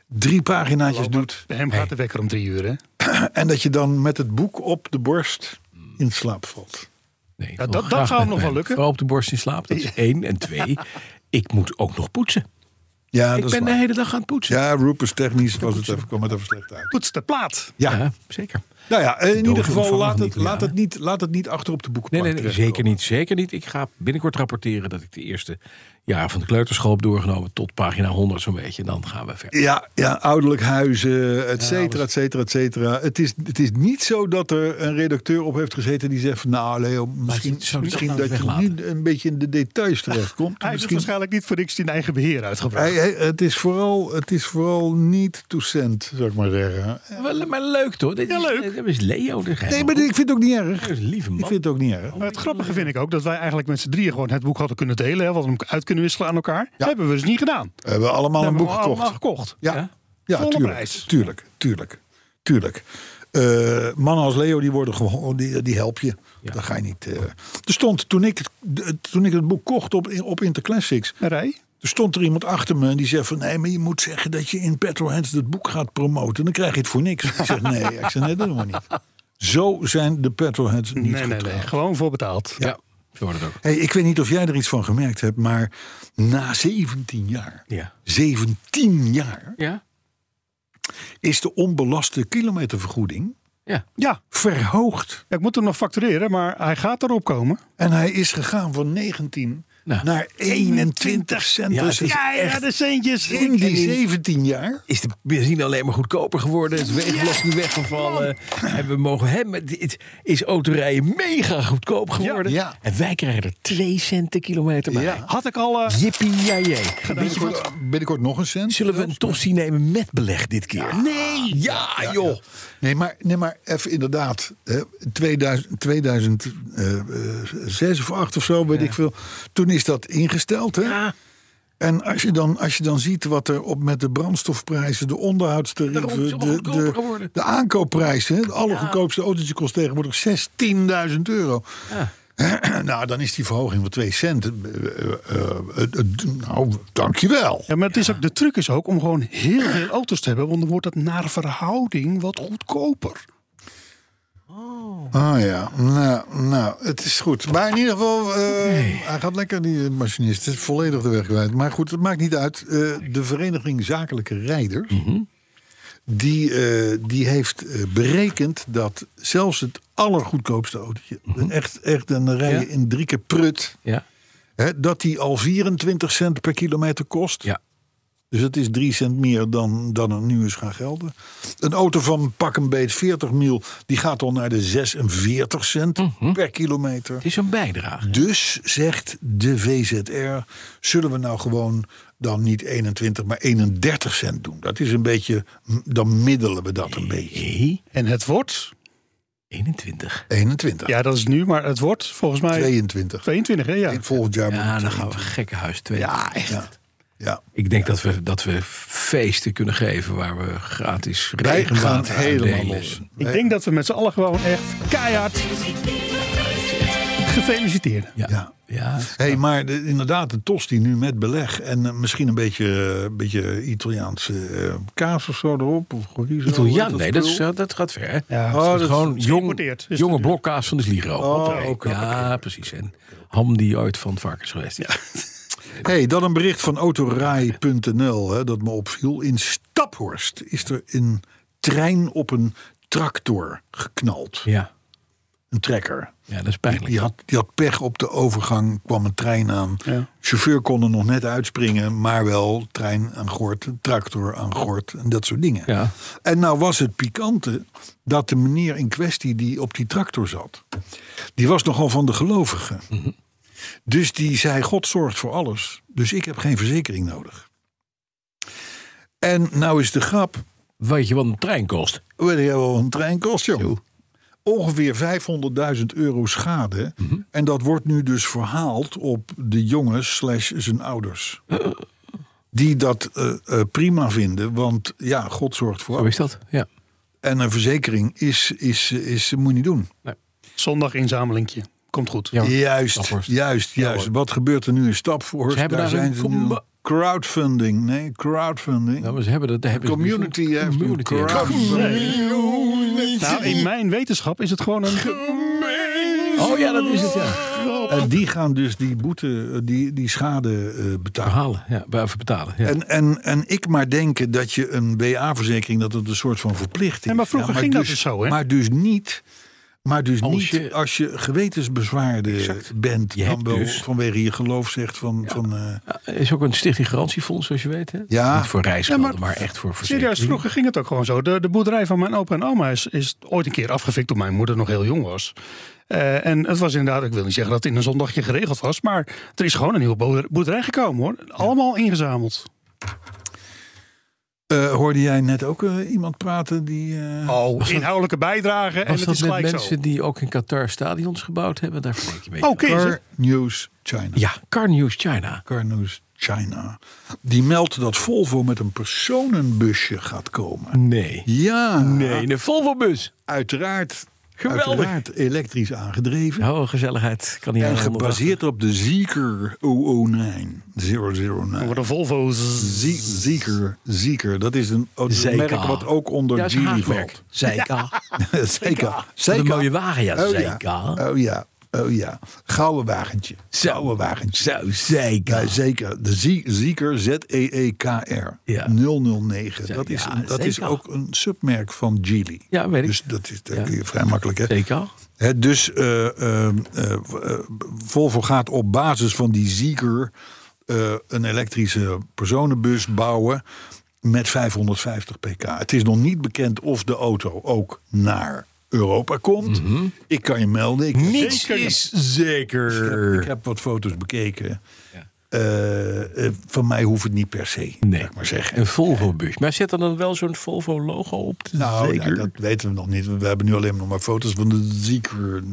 [SPEAKER 2] drie paginaatjes doet.
[SPEAKER 4] Bij hem gaat de wekker om drie uur, hè?
[SPEAKER 2] En dat je dan met het boek op de borst in slaap valt.
[SPEAKER 3] Nee, ik
[SPEAKER 4] Ja,
[SPEAKER 3] wil
[SPEAKER 4] dat- dat
[SPEAKER 3] graag
[SPEAKER 4] zou
[SPEAKER 3] met
[SPEAKER 4] hem nog
[SPEAKER 3] mijn
[SPEAKER 4] wel lukken.
[SPEAKER 3] vrouw op de borst in slaap, dat is één. En twee, ik moet ook nog poetsen.
[SPEAKER 2] Ja,
[SPEAKER 3] ik
[SPEAKER 2] dat is
[SPEAKER 3] ben de
[SPEAKER 2] waar.
[SPEAKER 3] hele dag aan het poetsen.
[SPEAKER 2] Ja, Rupers technisch was het even, kwam het even slecht uit.
[SPEAKER 4] Poets de plaat.
[SPEAKER 2] Ja,
[SPEAKER 3] Ja, zeker.
[SPEAKER 2] nou ja, eh, in ieder geval
[SPEAKER 3] ontvangen
[SPEAKER 2] laat
[SPEAKER 3] van
[SPEAKER 2] het,
[SPEAKER 3] Italianen.
[SPEAKER 2] laat, het niet, laat het niet achter op de boekenplank
[SPEAKER 3] Nee, nee, nee,
[SPEAKER 2] terechtkomen.
[SPEAKER 3] zeker niet. Zeker niet. Ik ga binnenkort rapporteren dat ik de eerste jaren van de kleuterschool heb doorgenomen. Tot pagina 100 zo'n beetje. En dan gaan we verder.
[SPEAKER 2] Ja, ja, ouderlijk huizen, et cetera, et cetera, et cetera. Het is, het is niet zo dat er een redacteur op heeft gezeten die zegt van... nou Leo, misschien,
[SPEAKER 3] zou je dat
[SPEAKER 2] misschien
[SPEAKER 3] nou
[SPEAKER 2] dat,
[SPEAKER 3] eens
[SPEAKER 2] je
[SPEAKER 3] weglaten?
[SPEAKER 2] nu een beetje in de details terechtkomt.
[SPEAKER 4] Hij heeft
[SPEAKER 2] misschien,
[SPEAKER 4] het waarschijnlijk niet voor niks in eigen beheer uitgebracht.
[SPEAKER 2] hij, eh, hij- het, is vooral, het is vooral niet toecent, zou ik maar zeggen.
[SPEAKER 3] Wel, maar leuk toch? Dit is,
[SPEAKER 4] leuk.
[SPEAKER 3] Dat is Leo. de
[SPEAKER 2] Nee, maar ik vind het ook niet erg.
[SPEAKER 3] Dat is een lieve man. Oh,
[SPEAKER 2] Ik vind het ook niet erg.
[SPEAKER 4] Maar het grappige vind ik ook dat wij eigenlijk met z'n drieën gewoon het boek hadden kunnen delen. Hè, we hadden hem uit kunnen wisselen aan elkaar. Hebben we dus niet gedaan.
[SPEAKER 2] We hebben allemaal een
[SPEAKER 4] hebben
[SPEAKER 2] boek
[SPEAKER 4] we allemaal
[SPEAKER 2] gekocht.
[SPEAKER 4] gekocht.
[SPEAKER 2] Ja,
[SPEAKER 3] Ja?
[SPEAKER 2] ja
[SPEAKER 4] Volle
[SPEAKER 2] tuurlijk,
[SPEAKER 4] prijs.
[SPEAKER 2] tuurlijk, tuurlijk, tuurlijk. Eh, mannen als Leo, die, worden gewoon, die, die help je. Dat ga je niet... eh. Er stond, toen ik, het- toen ik het boek kocht op, op Interclassics...
[SPEAKER 4] Een Rij?
[SPEAKER 2] Er stond er iemand achter me en die zei van... nee, maar je moet zeggen dat je in Petrolheads dat boek gaat promoten. Dan krijg je het voor niks. Ik zeg, nee, ik zeg, nee dat doen we niet. Zo zijn de Petrolheads niet
[SPEAKER 4] Nee, nee, nee. Gewoon voor betaald.
[SPEAKER 3] Ja, zo wordt het ook.
[SPEAKER 2] Hey, ik weet niet of jij er iets van gemerkt hebt, maar na 17 jaar...
[SPEAKER 3] Ja.
[SPEAKER 2] 17 jaar
[SPEAKER 3] Ja?
[SPEAKER 2] is de onbelaste kilometervergoeding
[SPEAKER 3] Ja.
[SPEAKER 4] Ja.
[SPEAKER 2] verhoogd.
[SPEAKER 4] Ja, ik moet hem nog factureren, maar hij gaat erop komen.
[SPEAKER 2] En hij is gegaan van 19
[SPEAKER 3] Nou.
[SPEAKER 2] naar 21 cent.
[SPEAKER 3] Ja,
[SPEAKER 2] dus
[SPEAKER 3] het is
[SPEAKER 2] ja,
[SPEAKER 4] de centjes.
[SPEAKER 2] in die 17 jaar...
[SPEAKER 3] Is de benzine alleen maar goedkoper geworden? Is de wegenbelasting weggevallen? En we mogen hem, het is autorijden mega goedkoop geworden?
[SPEAKER 2] Ja, ja.
[SPEAKER 3] En wij krijgen er 2 cent de kilometer bij. Ja.
[SPEAKER 4] Had ik al... eh,
[SPEAKER 3] Jippie Weet je wat?
[SPEAKER 2] Binnenkort, binnenkort nog een cent.
[SPEAKER 3] Zullen we een tossie nemen met beleg dit keer? Nee! Ja, joh!
[SPEAKER 2] Nee, maar, nee, maar even inderdaad. hè, 2000, 2006 eh, of 8 of zo, weet ik veel. Toen is dat ingesteld. Hè?
[SPEAKER 3] Ja.
[SPEAKER 2] En als je, dan, als je dan ziet wat er op met de brandstofprijzen, de
[SPEAKER 3] Daarom is het
[SPEAKER 2] onderhoudstarieven,
[SPEAKER 3] allemaal
[SPEAKER 2] de,
[SPEAKER 3] goedkoper
[SPEAKER 2] de,
[SPEAKER 3] geworden.
[SPEAKER 2] de aankoopprijzen. hè, Het allergoedkoopste autootje kost tegenwoordig 16.000 euro.
[SPEAKER 3] Ja.
[SPEAKER 2] nou, dan is die verhoging van 2 cent. eh, eh, eh, eh, nou, dankjewel.
[SPEAKER 4] Ja, maar het is ook, de truc is ook om gewoon heel veel auto's te hebben. Want dan wordt het naar verhouding wat goedkoper.
[SPEAKER 2] Ah ja, nou, nou, het is goed. Maar in ieder geval, eh, hij gaat lekker, die machinist. Het is volledig de weg kwijt. Maar goed, het maakt niet uit. Eh, de Vereniging Zakelijke Rijders...
[SPEAKER 3] Mhm.
[SPEAKER 2] Die, eh, die heeft eh, berekend dat zelfs het allergoedkoopste autootje... echt, echt een rij je
[SPEAKER 3] Mhm. Ja.
[SPEAKER 2] in drie keer prut...
[SPEAKER 3] Ja,
[SPEAKER 2] Hè, dat die al 24 cent per kilometer kost.
[SPEAKER 3] ja.
[SPEAKER 2] Dus dat is 3 cent meer dan, dan er nu is gaan gelden. Een auto van pak een beet 40 mil, die gaat al naar de 46 cent
[SPEAKER 4] Mhm.
[SPEAKER 2] per kilometer.
[SPEAKER 3] het is een bijdrage.
[SPEAKER 2] Dus zegt de VZR, zullen we nou gewoon dan niet 21, maar 31 cent doen? Dat is een beetje, dan middelen we dat een beetje.
[SPEAKER 3] Nee,
[SPEAKER 4] En het wordt,
[SPEAKER 3] 21.
[SPEAKER 2] 21,
[SPEAKER 4] ja dat is nu, maar het wordt volgens mij
[SPEAKER 2] 22.
[SPEAKER 4] 22 hè? Ja.
[SPEAKER 2] Volgend jaar wordt
[SPEAKER 3] Ja,
[SPEAKER 2] het
[SPEAKER 3] dan gaan we
[SPEAKER 2] 22.
[SPEAKER 3] gekke huis 2.
[SPEAKER 4] ja, echt.
[SPEAKER 2] Ja, ja.
[SPEAKER 3] Ik denk dat, we, dat we feesten kunnen geven waar we gratis
[SPEAKER 2] Wij
[SPEAKER 3] regenwater
[SPEAKER 2] gaan helemaal
[SPEAKER 3] uitdelen.
[SPEAKER 2] los.
[SPEAKER 4] Ik denk dat we met z'n allen gewoon echt keihard gefeliciteerd.
[SPEAKER 3] Ja.
[SPEAKER 2] Ja.
[SPEAKER 3] Ja. ja.
[SPEAKER 2] Hé, hey, maar de- inderdaad, de tosti nu met beleg en eh, misschien een beetje, eh, beetje Italiaanse eh, kaas of zo erop. Of chorizo,
[SPEAKER 3] Italiaan,
[SPEAKER 2] hoe heet
[SPEAKER 3] nee, dat, is,
[SPEAKER 2] spul?
[SPEAKER 3] eh, dat gaat ver. Hè?
[SPEAKER 4] Ja,
[SPEAKER 3] Oh, dat
[SPEAKER 4] dat
[SPEAKER 3] is gewoon
[SPEAKER 4] is
[SPEAKER 3] jong,
[SPEAKER 4] geïmporteerd, is
[SPEAKER 3] jonge
[SPEAKER 4] natuurlijk.
[SPEAKER 3] blokkaas van de Sligro.
[SPEAKER 2] Oh, oké.
[SPEAKER 3] Ja, precies. En ham die ooit van het varkens geweest is.
[SPEAKER 2] hey, dan een bericht van autorij.nl hè, dat me opviel. In Staphorst is er een trein op een tractor geknald.
[SPEAKER 3] Ja.
[SPEAKER 2] Een trekker.
[SPEAKER 3] ja, dat is pijnlijk.
[SPEAKER 2] Die had, die had pech op de overgang, kwam een trein aan.
[SPEAKER 4] Ja.
[SPEAKER 2] Chauffeur kon er nog net uitspringen, maar wel trein aan gort, tractor aan gort en dat soort dingen.
[SPEAKER 3] Ja.
[SPEAKER 2] En nou was het pikante dat de meneer in kwestie die op die tractor zat, die was nogal van de gelovigen. Dus die zei: God zorgt voor alles, dus ik heb geen verzekering nodig. En nou is de grap,
[SPEAKER 3] Weet je wat een trein kost?
[SPEAKER 2] Weet je wel, een trein kost, joh. Ongeveer 500.000 euro schade. En dat wordt nu dus verhaald op de jongen slash zijn ouders. Die dat eh, eh, prima vinden, want ja, God zorgt voor.
[SPEAKER 3] Hoe
[SPEAKER 2] alles.
[SPEAKER 3] is dat? Ja.
[SPEAKER 2] En een verzekering is, is, is, moet je niet doen.
[SPEAKER 4] Zondag inzamelingje. Komt goed.
[SPEAKER 3] Ja.
[SPEAKER 2] Juist,
[SPEAKER 3] Staphorst.
[SPEAKER 2] juist, juist. Wat gebeurt er nu in Staphorst?
[SPEAKER 3] Ze hebben daar
[SPEAKER 2] zijn
[SPEAKER 3] een
[SPEAKER 2] ze nu...
[SPEAKER 3] combi-
[SPEAKER 2] Crowdfunding, nee, crowdfunding.
[SPEAKER 3] Nou, maar ze hebben dat. daar hebben ze
[SPEAKER 2] community,
[SPEAKER 3] bijzonder-
[SPEAKER 2] heeft een
[SPEAKER 3] community.
[SPEAKER 2] crowdfunding.
[SPEAKER 4] Nou, in mijn wetenschap is het gewoon een...
[SPEAKER 3] Oh ja, dat is het. Ja.
[SPEAKER 2] En die gaan dus die boete, eh, die, die schade eh, betalen.
[SPEAKER 3] Halen, ja. Of betalen. Ja.
[SPEAKER 2] En, en, en ik maar denken dat je een BA-verzekering, dat het een soort van verplichting is.
[SPEAKER 4] Ja, maar vroeger ging dat
[SPEAKER 2] dus,
[SPEAKER 4] dus zo, hè?
[SPEAKER 2] Maar dus niet, maar dus
[SPEAKER 3] Als
[SPEAKER 2] niet
[SPEAKER 3] je-
[SPEAKER 2] als je gewetensbezwaarde bent,
[SPEAKER 3] Je
[SPEAKER 2] dan
[SPEAKER 3] hebt
[SPEAKER 2] wel
[SPEAKER 3] dus-
[SPEAKER 2] vanwege je geloof zegt van... van eh,
[SPEAKER 3] Ja, Er is ook een stichting garantiefonds, zoals je weet. Hè?
[SPEAKER 2] Ja.
[SPEAKER 3] Niet voor reisgelden,
[SPEAKER 4] Ja, maar-
[SPEAKER 3] maar, echt voor verzekeringen.
[SPEAKER 4] Serieus, vroeger ging het ook gewoon zo. De, de boerderij van mijn opa en oma is, is ooit een keer afgefikt toen mijn moeder nog heel jong was. Eh, en het was inderdaad, ik wil niet zeggen dat het in een zondagje geregeld was, maar er is gewoon een nieuwe boerder- boerderij gekomen hoor. Allemaal ingezameld.
[SPEAKER 2] eh, hoorde jij net ook eh, iemand praten die... eh,
[SPEAKER 4] Oh, inhoudelijke bijdrage en
[SPEAKER 3] Was
[SPEAKER 4] het is
[SPEAKER 3] dat met
[SPEAKER 4] gelijk
[SPEAKER 3] mensen die ook in Qatar stadions gebouwd hebben? Daar vergeet je mee.
[SPEAKER 4] zo. Oké,
[SPEAKER 2] Car
[SPEAKER 4] zeg.
[SPEAKER 2] News China.
[SPEAKER 3] Ja, Car News China.
[SPEAKER 2] Car News China. Die meldt dat Volvo met een personenbusje gaat komen.
[SPEAKER 3] Nee.
[SPEAKER 2] Ja,
[SPEAKER 3] Nee, een Volvo-bus.
[SPEAKER 2] uiteraard,
[SPEAKER 3] Geweldig.
[SPEAKER 2] uiteraard elektrisch aangedreven.
[SPEAKER 3] Oh, gezelligheid. Kan niet
[SPEAKER 2] En
[SPEAKER 3] aan de handen
[SPEAKER 2] gebaseerd op de oh Zeker 009. 009.
[SPEAKER 4] Voor de Volvo's.
[SPEAKER 2] Zie- Zeker, Zeker. Dat is een, een
[SPEAKER 3] Zeker.
[SPEAKER 2] merk wat ook onder
[SPEAKER 3] Ja,
[SPEAKER 2] ja,
[SPEAKER 3] dat is een
[SPEAKER 2] Geely
[SPEAKER 3] haagmerk.
[SPEAKER 2] valt.
[SPEAKER 3] Zeika.
[SPEAKER 2] Zeker.
[SPEAKER 3] Wat
[SPEAKER 2] Zeker.
[SPEAKER 3] een mooie wagen, ja.
[SPEAKER 2] Oh
[SPEAKER 3] Zeika.
[SPEAKER 2] ja. Oh ja. Oh ja. Gouden wagentje. Gouden wagentje.
[SPEAKER 3] Zo,
[SPEAKER 2] Ja,
[SPEAKER 3] Zeika.
[SPEAKER 2] zeker. De Zie- Zeker, E Z-E-E-K-R.
[SPEAKER 3] Ja.
[SPEAKER 2] 009. Dat, is,
[SPEAKER 3] Ja,
[SPEAKER 2] een- dat is
[SPEAKER 3] Zeker.
[SPEAKER 2] ook een submerk van Geely.
[SPEAKER 3] Ja, weet ik.
[SPEAKER 2] Dus dat is dat
[SPEAKER 3] Ja.
[SPEAKER 2] kun je vrij makkelijk. Hè?
[SPEAKER 3] Zeika.
[SPEAKER 2] Hè, dus eh, eh, eh, eh, Volvo gaat op basis van die Zieker een elektrische personenbus bouwen met 550 pk. Het is nog niet bekend of de auto ook naar Europa komt. Ik kan je melden. Ik,
[SPEAKER 3] Niets Mhm. is zeker.
[SPEAKER 2] ik heb wat foto's bekeken. Eh, eh, van mij hoeft het niet per se,
[SPEAKER 3] Nee.
[SPEAKER 2] laat ik maar zeggen.
[SPEAKER 3] Een Volvo-bus. Maar zet er dan wel zo'n Volvo-logo op?
[SPEAKER 2] Nou,
[SPEAKER 3] zeker.
[SPEAKER 2] nou, dat weten we nog niet. We hebben nu alleen nog maar foto's van de Zieker.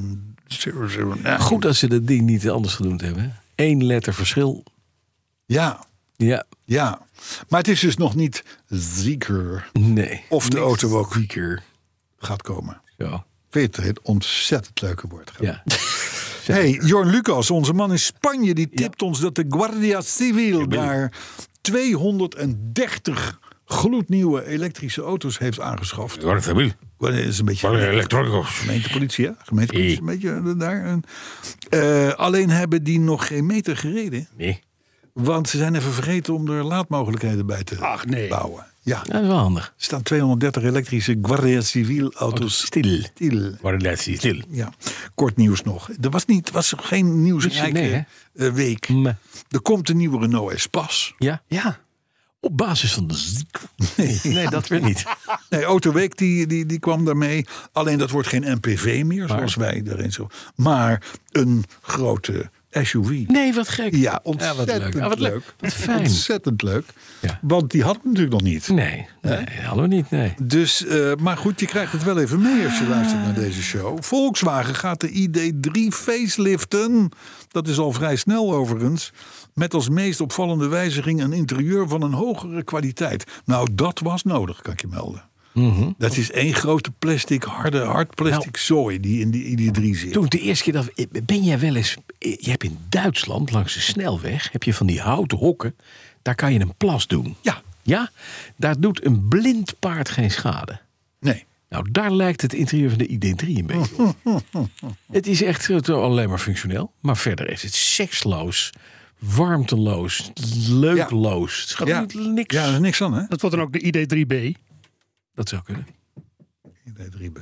[SPEAKER 3] Goed dat ze dat ding niet anders genoemd hebben. Eén letter verschil.
[SPEAKER 2] Ja,
[SPEAKER 3] Ja,
[SPEAKER 2] Ja, maar het is dus nog niet zeker
[SPEAKER 3] nee.
[SPEAKER 2] of de auto ook
[SPEAKER 3] Zeker.
[SPEAKER 2] gaat komen.
[SPEAKER 3] Zo,
[SPEAKER 2] Vind je het een ontzettend leuke woord?
[SPEAKER 3] ja. zeg
[SPEAKER 2] hey, Jorn Lucas, onze man in Spanje, die tipt ons dat de Guardia Civil daar 230 gloednieuwe elektrische auto's heeft aangeschaft.
[SPEAKER 3] Guarda Civil.
[SPEAKER 2] Dat is een beetje
[SPEAKER 3] Guarda Electronico.
[SPEAKER 2] gemeentepolitie, hè? Gemeentepolitie,
[SPEAKER 3] Ja.
[SPEAKER 2] een beetje eh, daar. En, eh, alleen hebben die nog geen meter gereden.
[SPEAKER 3] Nee.
[SPEAKER 2] Want ze zijn even vergeten om er laadmogelijkheden bij te
[SPEAKER 4] Ach, nee.
[SPEAKER 2] bouwen. Ja, er
[SPEAKER 3] Dat is wel handig.
[SPEAKER 2] staan 230 elektrische Guardia Civil
[SPEAKER 3] Oh,
[SPEAKER 2] auto's
[SPEAKER 3] Stil.
[SPEAKER 2] stil.
[SPEAKER 3] Guarda Civil.
[SPEAKER 2] Ja, kort nieuws nog. Er was, niet, was geen nieuwsrijke
[SPEAKER 3] Nee, hè? Mm.
[SPEAKER 2] eh, week.
[SPEAKER 3] Nee.
[SPEAKER 2] Er komt een nieuwe Renault Espas.
[SPEAKER 3] Ja?
[SPEAKER 4] Ja.
[SPEAKER 3] Op basis van de... Nee, dat weer niet.
[SPEAKER 2] Nee, Autoweek die, die, die kwam daarmee. Alleen dat wordt geen MPV meer, zoals wij erin zo. Maar een grote SUV.
[SPEAKER 3] Nee, wat gek.
[SPEAKER 2] Ja,
[SPEAKER 3] wat leuk.
[SPEAKER 2] ontzettend
[SPEAKER 3] Ah, wat leuk.
[SPEAKER 2] leuk.
[SPEAKER 3] Wat fijn.
[SPEAKER 2] Ontzettend leuk.
[SPEAKER 3] Ja.
[SPEAKER 2] Want die had ik natuurlijk nog niet.
[SPEAKER 3] Nee, nee, hallo niet, nee.
[SPEAKER 2] Dus, eh, maar goed, je krijgt het wel even mee als je luistert naar deze show. Volkswagen gaat de ID3 faceliften. Dat is al vrij snel overigens. Met als meest opvallende wijziging een interieur van een hogere kwaliteit. Nou, dat was nodig, kan ik je melden. Dat is één grote plastic, harde, hard plastic zooi die in die ID3 zit.
[SPEAKER 3] Toen ik de eerste keer dat... Ben jij wel eens... eh, Je hebt in Duitsland, langs de snelweg... heb je van die houten hokken. Daar kan je een plas doen.
[SPEAKER 2] Ja,
[SPEAKER 3] Ja? Daar doet een blind paard geen schade.
[SPEAKER 2] nee.
[SPEAKER 3] Nou, daar lijkt het interieur van de ID3 een beetje op. het is echt eh, alleen maar functioneel. Maar verder is het seksloos, warmteloos, leukloos. Het gaat
[SPEAKER 2] Ja.
[SPEAKER 3] niet- niks.
[SPEAKER 2] Ja, er is niks aan, hè?
[SPEAKER 4] Dat wordt dan ook de ID3B.
[SPEAKER 3] Dat zou kunnen.
[SPEAKER 2] ID3B.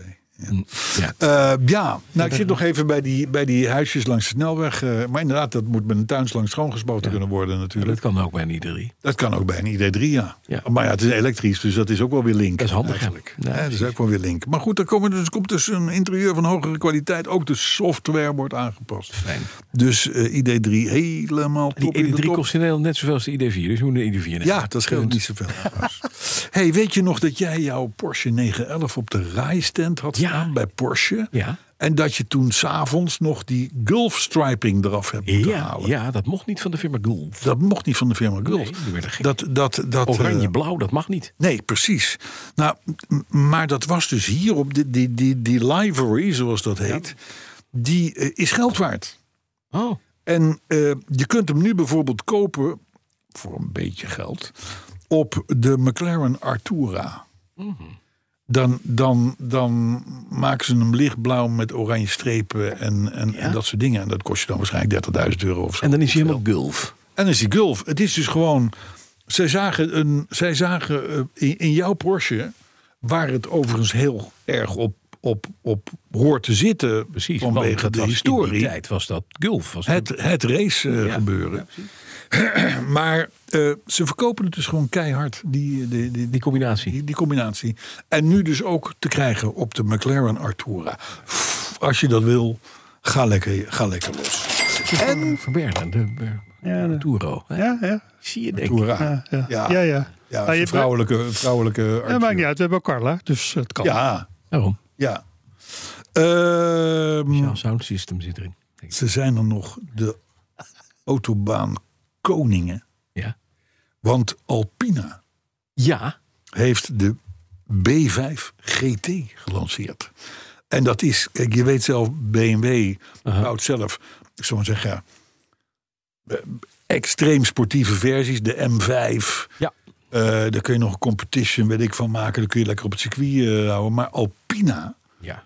[SPEAKER 3] Ja.
[SPEAKER 2] Eh, ja, nou, ik zit nog even bij die, bij die huisjes langs de snelweg. eh, maar inderdaad, dat moet met een tuinslang schoongespoten kunnen worden natuurlijk.
[SPEAKER 3] Dat kan ook bij een ID3.
[SPEAKER 2] Dat kan ook bij een ID3, ja.
[SPEAKER 3] Ja.
[SPEAKER 2] Maar ja, het is elektrisch, dus dat is ook wel weer link.
[SPEAKER 3] Dat is handig
[SPEAKER 2] eigenlijk.
[SPEAKER 3] hè? Ja,
[SPEAKER 2] Hè, dat is ook wel weer link. Maar goed, er, komen, dus, komt dus een interieur van hogere kwaliteit. Ook de software wordt aangepast.
[SPEAKER 3] Fijn.
[SPEAKER 2] Dus eh, ID3 helemaal top in
[SPEAKER 3] Die
[SPEAKER 2] de
[SPEAKER 3] ID3
[SPEAKER 2] top.
[SPEAKER 3] kost in Nederland net zoveel als de ID4. Dus je moet een ID4 nemen.
[SPEAKER 2] Ja, dat scheelt niet zoveel. hey, weet je nog dat jij jouw Porsche 911 op de rijstand had staan
[SPEAKER 3] Ja.
[SPEAKER 2] bij Porsche?
[SPEAKER 3] Ja.
[SPEAKER 2] En dat je toen s'avonds nog die Gulfstriping eraf hebt moeten
[SPEAKER 3] Ja,
[SPEAKER 2] halen.
[SPEAKER 3] ja, dat mocht niet van de firma Gulf.
[SPEAKER 2] Dat mocht niet van de firma Gulf.
[SPEAKER 3] Nee, die werden gek.
[SPEAKER 2] dat, dat, dat, eh,
[SPEAKER 3] Oranje-blauw, dat mag niet.
[SPEAKER 2] Nee, precies. Nou, m- maar dat was dus hier op die, die, die, die livery, zoals dat heet, die eh, is geld waard.
[SPEAKER 3] Oh,
[SPEAKER 2] En eh, je kunt hem nu bijvoorbeeld kopen voor een beetje geld op de McLaren Artura.
[SPEAKER 3] Mhm.
[SPEAKER 2] Dan, dan, dan maken ze hem lichtblauw met oranje strepen en, en, en dat soort dingen. En dat kost je dan waarschijnlijk 30.000 euro of zo.
[SPEAKER 3] en dan is hij helemaal Gulf.
[SPEAKER 2] En dan is die Gulf. Het is dus gewoon. Zij zagen, een, zij zagen eh, in, in jouw Porsche, waar het overigens heel erg op, op, op hoort te zitten,
[SPEAKER 3] Precies. want
[SPEAKER 2] vanwege
[SPEAKER 3] dat
[SPEAKER 2] de
[SPEAKER 3] was In die
[SPEAKER 2] historie,
[SPEAKER 3] tijd was dat Gulf. Was
[SPEAKER 2] het, het race eh, gebeuren. maar eh, ze verkopen het dus gewoon keihard, die, eh, die, die,
[SPEAKER 3] die combinatie.
[SPEAKER 2] die, die combinatie. En nu dus ook te krijgen op de McLaren Artura. Pff, Als je dat wil, ga lekker, ga lekker los.
[SPEAKER 3] En Verbergen, de, de,
[SPEAKER 4] Ja, de-
[SPEAKER 3] Arturo. hè?
[SPEAKER 4] Ja, ja.
[SPEAKER 3] Zie je, denk ik.
[SPEAKER 2] Artura.
[SPEAKER 4] Ja,
[SPEAKER 2] Ja.
[SPEAKER 4] ja. ja. ja, ja. Nou,
[SPEAKER 2] Ja,
[SPEAKER 4] je
[SPEAKER 2] een
[SPEAKER 4] hebt-
[SPEAKER 2] vrouwelijke, vrouwelijke
[SPEAKER 4] Ja,
[SPEAKER 2] Artura.
[SPEAKER 4] maakt niet uit. We hebben ook Carla, dus het kan.
[SPEAKER 2] Ja,
[SPEAKER 3] Waarom?
[SPEAKER 2] ja. Ehm,
[SPEAKER 3] Ja, sound system zit erin. denk ik.
[SPEAKER 2] ze zijn dan nog de autobaan koningen.
[SPEAKER 3] Ja.
[SPEAKER 2] Want Alpina
[SPEAKER 3] Ja,
[SPEAKER 2] heeft de B5 GT gelanceerd. En dat is, kijk, je weet zelf, BMW
[SPEAKER 3] Uh-huh. Oh.
[SPEAKER 2] bouwt zelf, ik zou maar zeggen, ja, eh, extreem sportieve versies. De M5,
[SPEAKER 3] ja.
[SPEAKER 2] eh, daar kun je nog een competition, weet ik van maken. Daar kun je lekker op het circuit eh, houden. Maar Alpina
[SPEAKER 3] ja.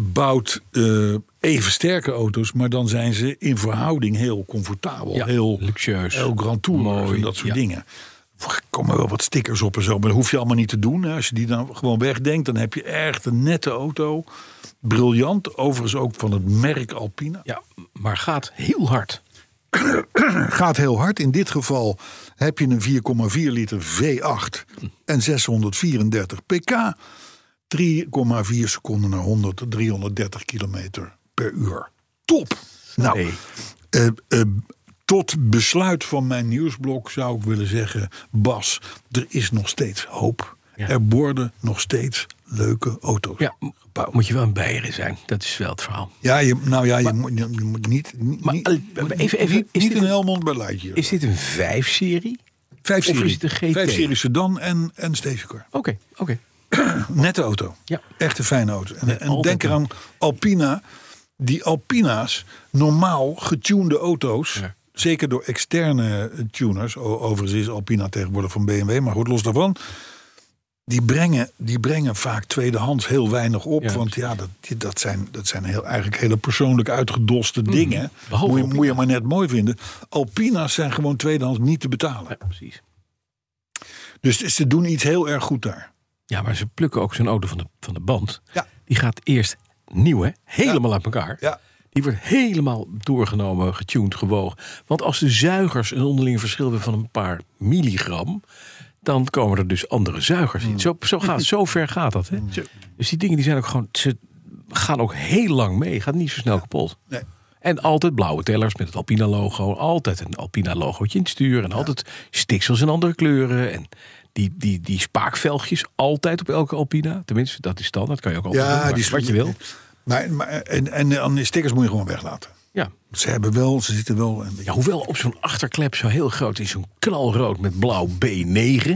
[SPEAKER 2] bouwt eh, even sterke auto's, maar dan zijn ze in verhouding heel comfortabel.
[SPEAKER 3] Ja,
[SPEAKER 2] heel
[SPEAKER 3] luxueus.
[SPEAKER 2] Heel grand tour
[SPEAKER 3] Mooi,
[SPEAKER 2] en dat soort
[SPEAKER 3] ja.
[SPEAKER 2] dingen. Er komen wel wat stickers op en zo, maar dat hoef je allemaal niet te doen. hè. Als je die dan gewoon wegdenkt, dan heb je echt een nette auto. Briljant, overigens ook van het merk Alpina.
[SPEAKER 3] Ja, maar gaat heel hard.
[SPEAKER 2] Gaat heel hard. In dit geval heb je een 4,4 liter V8 en 634 pk. 3,4 seconden naar 100, 330 kilometer per uur. Top! Nou,
[SPEAKER 3] Nee.
[SPEAKER 2] eh, eh, tot besluit van mijn nieuwsblok zou ik willen zeggen... Bas, er is nog steeds hoop.
[SPEAKER 3] Ja.
[SPEAKER 2] Er worden nog steeds leuke auto's.
[SPEAKER 3] Ja, m- moet je wel een bijer zijn. Dat is wel het verhaal.
[SPEAKER 2] Ja, je, nou ja, je, moet, je moet niet... niet
[SPEAKER 3] Maar, eh, even- even,
[SPEAKER 2] niet,
[SPEAKER 3] is
[SPEAKER 2] niet
[SPEAKER 3] dit
[SPEAKER 2] een
[SPEAKER 3] een-
[SPEAKER 2] Helmond bij Leidje.
[SPEAKER 3] Is dit een 5-serie?
[SPEAKER 2] Vijf
[SPEAKER 3] Of
[SPEAKER 2] serie.
[SPEAKER 3] is het een GT?
[SPEAKER 2] Vijf serie sedan en, en stagecar.
[SPEAKER 3] Oké, oké.
[SPEAKER 2] Nette auto.
[SPEAKER 3] Ja.
[SPEAKER 2] Echt een fijne auto. En, en
[SPEAKER 3] altijd
[SPEAKER 2] denk eraan Alpina. die Alpina's, normaal getunede auto's.
[SPEAKER 3] Ja.
[SPEAKER 2] Zeker door externe eh, tuners. O- Overigens is Alpina tegenwoordig van BMW. Maar goed, los daarvan. Die brengen, die brengen vaak tweedehands heel weinig op.
[SPEAKER 3] Ja,
[SPEAKER 2] want ja, dat, die- dat zijn, dat zijn heel, eigenlijk hele persoonlijk uitgedoste dingen.
[SPEAKER 3] Mhm. behalve
[SPEAKER 2] Moet je,
[SPEAKER 3] Alpina.
[SPEAKER 2] moet je maar net mooi vinden. Alpina's zijn gewoon tweedehands niet te betalen.
[SPEAKER 3] Ja, precies.
[SPEAKER 2] Dus ze doen iets heel erg goed daar.
[SPEAKER 3] Ja, maar ze plukken ook zo'n auto van de, van de band.
[SPEAKER 2] Ja.
[SPEAKER 3] Die gaat eerst nieuw, hè? Helemaal uit elkaar.
[SPEAKER 2] Ja.
[SPEAKER 3] Die wordt helemaal doorgenomen, getuned, gewogen. Want als de zuigers een onderling verschil hebben van een paar milligram... dan komen er dus andere zuigers
[SPEAKER 2] Hmm.
[SPEAKER 3] in. Zo, zo, gaat, zo ver gaat dat, hè? Dus die dingen die zijn ook gewoon... Ze gaan ook heel lang mee. Gaat niet zo snel kapot.
[SPEAKER 2] Nee.
[SPEAKER 3] En altijd blauwe tellers met het Alpina-logo. Altijd een Alpina-logootje in het stuur. En altijd stiksels in andere kleuren. En die, die, die spaakvelgjes altijd op elke Alpina. Tenminste, dat is standaard. Kan je ook altijd doen, maar wat je wil.
[SPEAKER 2] Maar, maar, en, en dan die stickers moet je gewoon weglaten.
[SPEAKER 3] Ja.
[SPEAKER 2] Ze hebben wel, ze zitten wel. En,
[SPEAKER 3] Ja, hoewel op zo'n achterklep zo heel groot is, zo'n knalrood met blauw B9.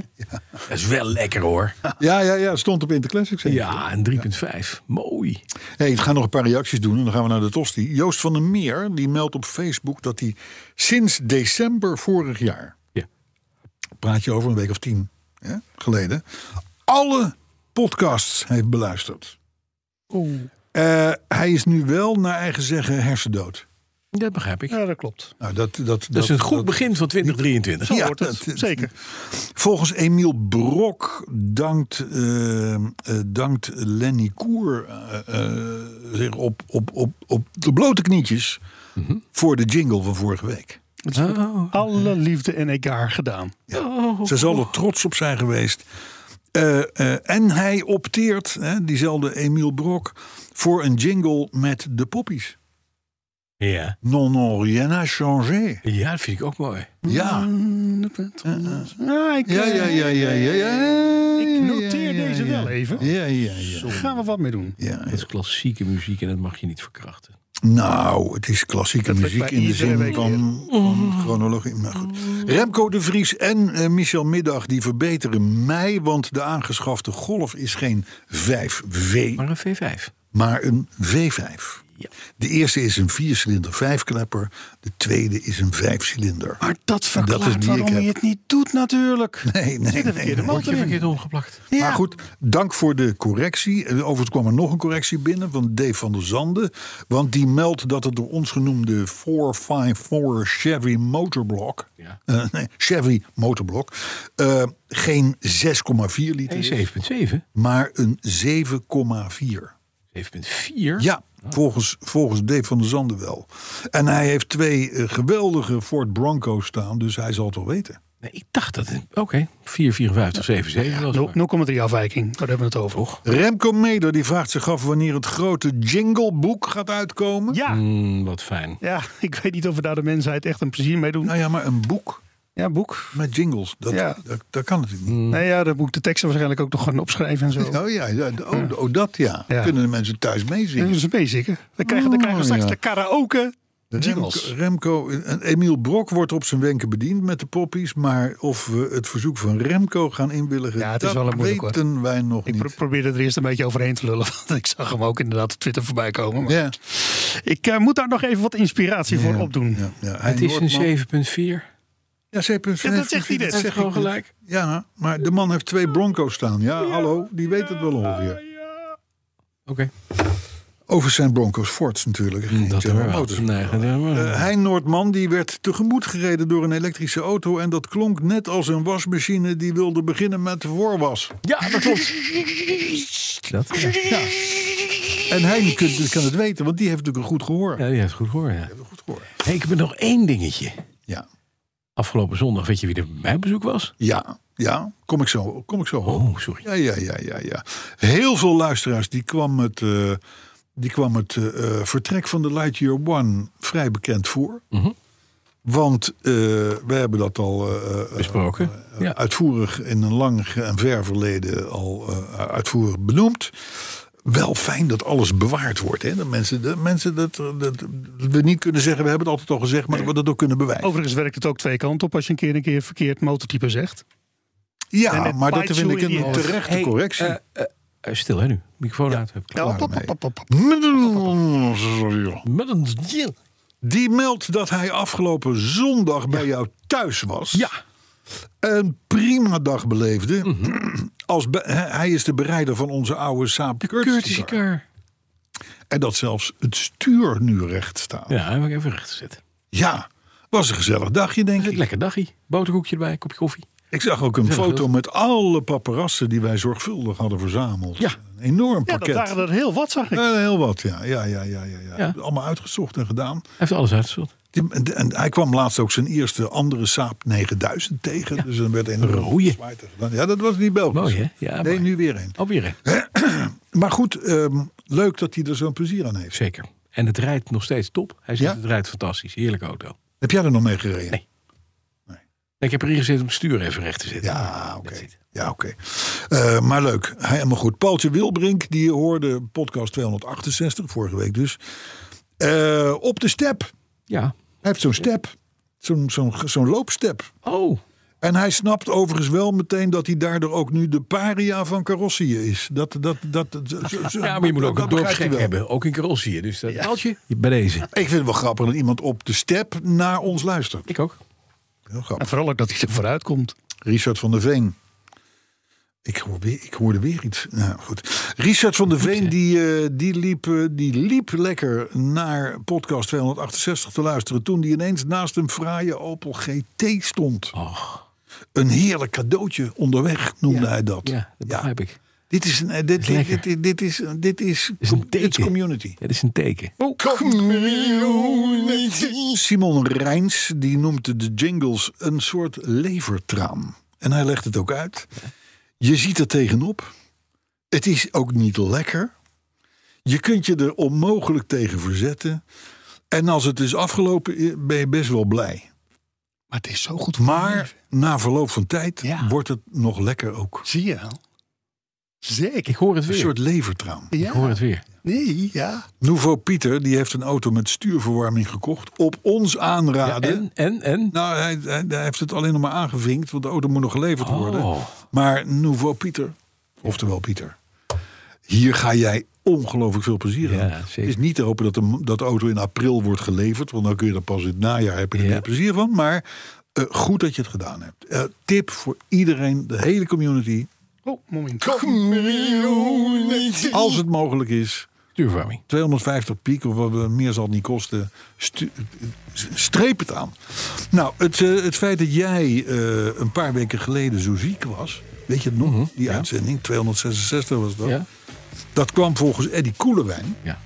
[SPEAKER 3] Dat is wel lekker hoor.
[SPEAKER 2] ja, ja, ja, stond op Interclassics. hè?
[SPEAKER 3] Ja, een 3,5. Mooi.
[SPEAKER 2] Hey, ik ga nog een paar reacties doen en dan gaan we naar de tosti. Joost van der Meer die meldt op Facebook dat hij sinds december vorig jaar,
[SPEAKER 3] Ja.
[SPEAKER 2] praat je over een week of tien hè, geleden, alle podcasts heeft beluisterd. Eh, hij is nu wel naar eigen zeggen hersendood.
[SPEAKER 3] Dat begrijp ik.
[SPEAKER 4] Ja, dat klopt.
[SPEAKER 2] Nou, dat, dat, dat,
[SPEAKER 3] Dat is een goed
[SPEAKER 2] dat-
[SPEAKER 3] begin van 2023.
[SPEAKER 4] Zo wordt het.
[SPEAKER 2] dat-
[SPEAKER 4] Zeker.
[SPEAKER 2] Volgens Emiel Brok dankt, eh, eh, dankt Lenny Koer eh, eh, zich op, op, op, op de blote knietjes
[SPEAKER 4] Mhm.
[SPEAKER 2] voor de jingle van vorige week.
[SPEAKER 3] Oh.
[SPEAKER 4] Alle liefde en egaar gedaan.
[SPEAKER 2] Ze zal er trots op zijn geweest. Eh, eh, en hij opteert, hè, diezelfde Emiel Brok, voor een jingle met de poppies.
[SPEAKER 3] Ja.
[SPEAKER 2] Non, non, rien n'a changé.
[SPEAKER 3] ja, dat vind ik ook mooi.
[SPEAKER 2] Ja.
[SPEAKER 4] Ah,
[SPEAKER 2] Eh,
[SPEAKER 4] Ja, ik, eh,
[SPEAKER 2] Ja, ja, ja, ja, ja. ja.
[SPEAKER 4] Ik noteer
[SPEAKER 2] Ja, ja,
[SPEAKER 4] deze
[SPEAKER 2] ja.
[SPEAKER 4] wel even.
[SPEAKER 2] Ja, ja, ja.
[SPEAKER 4] Gaan we wat mee doen.
[SPEAKER 2] Ja,
[SPEAKER 3] Dat is klassieke muziek en dat mag je niet verkrachten.
[SPEAKER 2] Nou, het is klassieke
[SPEAKER 4] Dat
[SPEAKER 2] muziek
[SPEAKER 4] lukt mij
[SPEAKER 2] in de
[SPEAKER 4] iedere
[SPEAKER 2] zin
[SPEAKER 4] week
[SPEAKER 2] van, van chronologie. Maar goed. Remco de Vries en eh, Michel Middag die verbeteren mij, want de aangeschafte Golf is geen 5V,
[SPEAKER 3] Maar een V5.
[SPEAKER 2] maar een V5.
[SPEAKER 3] Ja.
[SPEAKER 2] De eerste is een viercilinder vijfklepper, de tweede is een vijfcilinder.
[SPEAKER 4] Maar dat
[SPEAKER 2] En dat
[SPEAKER 4] verklaart
[SPEAKER 2] is die ik
[SPEAKER 4] waarom
[SPEAKER 2] heb.
[SPEAKER 4] je het niet doet natuurlijk.
[SPEAKER 2] Nee, nee,
[SPEAKER 4] de
[SPEAKER 2] nee.
[SPEAKER 4] verkeerde
[SPEAKER 2] nee.
[SPEAKER 4] man.
[SPEAKER 3] Word je verkeerd omgeplakt?
[SPEAKER 2] Maar goed, dank voor de correctie. Eh, Overigens kwam er nog een correctie binnen van Dave van der Zanden. Want die meldt dat het door ons genoemde 454 Chevy Motorblock...
[SPEAKER 3] Ja.
[SPEAKER 2] eh, nee, Chevy Motorblock... eh, geen 6,4 liter is,
[SPEAKER 3] Hey, 7,7.
[SPEAKER 2] maar een 7,4.
[SPEAKER 3] 7,4.
[SPEAKER 2] Ja,
[SPEAKER 3] Oh.
[SPEAKER 2] volgens, volgens Dave van der Zanden wel. En hij heeft twee eh, geweldige Ford Broncos staan, dus hij zal het wel weten.
[SPEAKER 3] Nee, ik dacht dat het... Oké, 454, 7,7 was het maar.
[SPEAKER 4] 0,3 afwijking, daar hebben we het over.
[SPEAKER 3] Toch?
[SPEAKER 2] Remco Meder die vraagt zich af wanneer het grote jingleboek gaat uitkomen.
[SPEAKER 4] Ja.
[SPEAKER 3] Mm, wat fijn.
[SPEAKER 4] ja, ik weet niet of we daar de mensheid echt een plezier mee doen.
[SPEAKER 2] Nou ja, maar een boek
[SPEAKER 4] Ja, boek.
[SPEAKER 2] met jingles, dat,
[SPEAKER 4] Ja.
[SPEAKER 2] dat, dat kan natuurlijk niet.
[SPEAKER 4] Nou ja, dan moet ik de teksten waarschijnlijk ook nog gaan opschrijven en zo.
[SPEAKER 2] Oh ja, ja, d- oh, d- oh, dat ja.
[SPEAKER 4] Ja.
[SPEAKER 2] Kunnen de mensen thuis
[SPEAKER 4] Dat
[SPEAKER 2] meezingen?
[SPEAKER 4] is basic, hè? Dan krijgen, dan krijgen we
[SPEAKER 2] Oh,
[SPEAKER 4] straks
[SPEAKER 2] ja.
[SPEAKER 4] de karaoke
[SPEAKER 2] Remco,
[SPEAKER 4] jingles.
[SPEAKER 2] Remco en Emiel Brok wordt op zijn wenken bediend met de poppies. Maar of we het verzoek van Remco gaan inwilligen,
[SPEAKER 4] Ja, het is
[SPEAKER 2] dat
[SPEAKER 4] wel een moeilijk, hoor.
[SPEAKER 2] weten wij nog
[SPEAKER 4] Ik pro-
[SPEAKER 2] niet.
[SPEAKER 4] probeerde er eerst een beetje overheen te lullen, want ik zag hem ook inderdaad op Twitter voorbij komen. Maar
[SPEAKER 2] Ja,
[SPEAKER 4] Ik eh, moet daar nog even wat inspiratie voor
[SPEAKER 2] ja,
[SPEAKER 4] opdoen.
[SPEAKER 2] ja, ja.
[SPEAKER 3] Het
[SPEAKER 2] Hein
[SPEAKER 3] is
[SPEAKER 2] Noordman-
[SPEAKER 3] een 7,4.
[SPEAKER 2] Ja, ze heeft een-
[SPEAKER 4] Ja, dat zegt hij net.
[SPEAKER 2] dat zeg
[SPEAKER 3] Gewoon
[SPEAKER 2] ik.
[SPEAKER 3] gelijk.
[SPEAKER 2] Ja, maar de man heeft twee Broncos staan. Ja, hallo, die weet het wel ongeveer.
[SPEAKER 3] Oké.
[SPEAKER 2] Overigens zijn Broncos Fords natuurlijk.
[SPEAKER 4] Mm,
[SPEAKER 2] Geen
[SPEAKER 3] Dat
[SPEAKER 2] General
[SPEAKER 3] hebben we
[SPEAKER 2] Motors.
[SPEAKER 3] wel. Nee, dat hebben we wel.
[SPEAKER 2] Eh, Hein Noordman die werd tegemoet gereden door een elektrische auto. En dat klonk net als een wasmachine die wilde beginnen met voorwas.
[SPEAKER 3] ja, dat klopt. Dat? Ja,
[SPEAKER 2] En Hein kan, kan het weten, want die heeft natuurlijk een goed gehoor.
[SPEAKER 3] die heeft het goed gehoord. Ja.
[SPEAKER 2] Goed gehoor.
[SPEAKER 3] Hey, ik heb nog één dingetje.
[SPEAKER 2] Ja.
[SPEAKER 3] Afgelopen zondag, weet je wie er bij mij op bezoek was?
[SPEAKER 2] ja, ja, kom ik zo, kom ik zo op.
[SPEAKER 3] Oh, sorry.
[SPEAKER 2] Ja, ja, ja, ja, ja. Heel veel luisteraars die kwam het, eh, die kwam het eh, eh, vertrek van de Lightyear One vrij bekend voor.
[SPEAKER 3] Mhm.
[SPEAKER 2] Want eh, wij hebben dat al eh, eh,
[SPEAKER 3] Besproken.
[SPEAKER 2] eh,
[SPEAKER 3] Ja.
[SPEAKER 2] uitvoerig in een lang en ver verleden al eh, uitvoerig benoemd. Wel fijn dat alles bewaard wordt. Hè? Dat mensen, dat, mensen dat, dat we niet kunnen zeggen, we hebben het altijd al gezegd, maar dat we dat ook kunnen bewijzen.
[SPEAKER 4] Overigens werkt het ook twee kanten op als je een keer een keer verkeerd motortype zegt.
[SPEAKER 2] ja,
[SPEAKER 4] en het
[SPEAKER 2] maar dat
[SPEAKER 4] Paizu
[SPEAKER 2] vind ik
[SPEAKER 4] in die
[SPEAKER 2] een
[SPEAKER 4] hoofd.
[SPEAKER 2] terechte
[SPEAKER 3] Hey,
[SPEAKER 2] correctie.
[SPEAKER 3] eh, eh, Eh, stil hè nu. Microfoon uit. Heb ik klaar.
[SPEAKER 4] Pop, pop, pop, pop, pop.
[SPEAKER 3] Met een deal.
[SPEAKER 2] Die meldt dat hij afgelopen zondag bij jou thuis was.
[SPEAKER 3] Ja.
[SPEAKER 2] Een prima dag beleefde.
[SPEAKER 3] Mhm.
[SPEAKER 2] Als be- hè, hij is de bereider van onze oude Saab Curtis
[SPEAKER 3] Courtesy
[SPEAKER 2] car.
[SPEAKER 3] car.
[SPEAKER 2] En dat zelfs het stuur nu recht staat.
[SPEAKER 3] Ja, heb ik even recht gezet.
[SPEAKER 2] Ja, was een gezellig dagje, denk ik.
[SPEAKER 3] Lekker dagje. Boterkoekje erbij, kopje koffie.
[SPEAKER 2] Ik zag ook een
[SPEAKER 3] Ja,
[SPEAKER 2] foto
[SPEAKER 3] dat-
[SPEAKER 2] met alle paparazzen die wij zorgvuldig hadden verzameld.
[SPEAKER 3] Ja.
[SPEAKER 2] Een enorm
[SPEAKER 4] Ja, dat
[SPEAKER 2] pakket.
[SPEAKER 4] waren er heel wat, zag ik.
[SPEAKER 2] Eh, heel wat, ja. Ja, ja, ja, ja, ja.
[SPEAKER 3] Ja.
[SPEAKER 2] Allemaal uitgezocht en gedaan.
[SPEAKER 3] Hij heeft alles uitgesteld.
[SPEAKER 2] Die- en, en hij kwam laatst ook zijn eerste andere Saab 9000 tegen. Dus dan werd een enorm
[SPEAKER 3] Rooie.
[SPEAKER 2] gezwaaid gedaan. Ja, dat was niet Belgisch.
[SPEAKER 3] Mooi, hè? Ja,
[SPEAKER 2] nee,
[SPEAKER 3] mooi.
[SPEAKER 2] nu weer een.
[SPEAKER 3] Alweer hè?
[SPEAKER 2] Maar goed, ehm, leuk dat hij er zo'n plezier aan heeft.
[SPEAKER 3] Zeker. En het rijdt nog steeds top. Hij zegt
[SPEAKER 2] Ja?
[SPEAKER 3] het rijdt fantastisch. Heerlijke auto.
[SPEAKER 2] Heb jij er nog mee gereden?
[SPEAKER 3] Nee. Ik heb erin gezet om het stuur even recht te zetten.
[SPEAKER 2] Ja, oké.
[SPEAKER 3] That's it.
[SPEAKER 2] Ja, oké. Eh, maar leuk. Hij- Helemaal goed. Paultje Wilbrink, die hoorde podcast 268, vorige week dus. Eh, op de step.
[SPEAKER 3] Ja.
[SPEAKER 2] Hij heeft zo'n step. Zo'n zo'n zo'n loopstep.
[SPEAKER 3] Oh,
[SPEAKER 2] En hij snapt overigens wel meteen dat hij daardoor ook nu de paria van Carrossië is. Dat, dat, dat, dat- zo- zo-
[SPEAKER 3] ja, maar je moet ook
[SPEAKER 2] dat begrijpt
[SPEAKER 3] een
[SPEAKER 2] hij
[SPEAKER 3] dorpsgek
[SPEAKER 2] wel.
[SPEAKER 3] hebben. Ook in Carrossië. Dus dat Aaltje, bij deze.
[SPEAKER 2] Ik vind het wel grappig dat iemand op de step naar ons luistert.
[SPEAKER 3] Ik ook.
[SPEAKER 2] Heel
[SPEAKER 4] En
[SPEAKER 2] grappig.
[SPEAKER 4] vooral ook dat hij er vooruit komt.
[SPEAKER 2] Richard van der Veen. Ik, hoor weer, ik hoorde weer iets. Nou goed. Richard van der Veen die, eh, die, liep, eh, die liep lekker naar podcast 268 te luisteren. Toen die ineens naast een fraaie Opel GT stond.
[SPEAKER 3] Och,
[SPEAKER 2] Een heerlijk cadeautje onderweg noemde hij dat.
[SPEAKER 3] ja, dat begrijp ik.
[SPEAKER 2] Dit is, een- eh, dit,
[SPEAKER 3] is
[SPEAKER 2] dit,
[SPEAKER 3] lekker.
[SPEAKER 2] dit, dit, dit is, dit is,
[SPEAKER 3] is
[SPEAKER 2] com-
[SPEAKER 3] een
[SPEAKER 2] dit is
[SPEAKER 3] teken.
[SPEAKER 2] community.
[SPEAKER 3] Ja, dat is een teken.
[SPEAKER 2] Simon Rijns die noemde de jingles een soort levertraan. En hij legt het ook uit. Je ziet er tegenop. Het is ook niet lekker. Je kunt je er onmogelijk tegen verzetten. En als het is afgelopen, i- ben je best wel blij.
[SPEAKER 4] Maar het is zo goed
[SPEAKER 2] Maar na verloop van tijd
[SPEAKER 4] Ja.
[SPEAKER 2] wordt het nog lekker ook.
[SPEAKER 4] Zie je wel. Zeker.
[SPEAKER 3] Ik hoor het
[SPEAKER 2] Een
[SPEAKER 3] weer.
[SPEAKER 2] soort levertraan.
[SPEAKER 3] Ik hoor het weer.
[SPEAKER 4] Nee, ja.
[SPEAKER 2] Nouveau Pieter die heeft een auto met stuurverwarming gekocht. Op ons
[SPEAKER 3] Ja,
[SPEAKER 2] aanraden.
[SPEAKER 3] en, en, en?
[SPEAKER 2] Nou, hij, hij, hij heeft het alleen nog maar aangevinkt, want de auto moet nog geleverd worden.
[SPEAKER 3] Oh,
[SPEAKER 2] Maar Nouveau Pieter, oftewel Pieter, hier ga jij ongelooflijk veel plezier
[SPEAKER 3] Ja,
[SPEAKER 2] aan.
[SPEAKER 3] zeker.
[SPEAKER 2] Het is niet te hopen dat de, dat de auto in april wordt geleverd, want dan kun je er pas in het najaar heb je er
[SPEAKER 3] Ja.
[SPEAKER 2] meer plezier van. Maar eh, goed dat je het gedaan hebt. Eh, tip voor iedereen, de hele community,
[SPEAKER 4] Oh, moment.
[SPEAKER 2] als het mogelijk is.
[SPEAKER 3] stuurverwarming.
[SPEAKER 2] 250 piek of wat eh, meer zal het niet kosten. Stu- streep het aan. Nou, het, eh, het feit dat jij eh, een paar weken geleden zo ziek was. Weet je het nog? Die uitzending, 266 was dat.
[SPEAKER 3] Mhm, Ja?
[SPEAKER 2] Dat kwam volgens Eddie Koelewijn
[SPEAKER 3] Ja.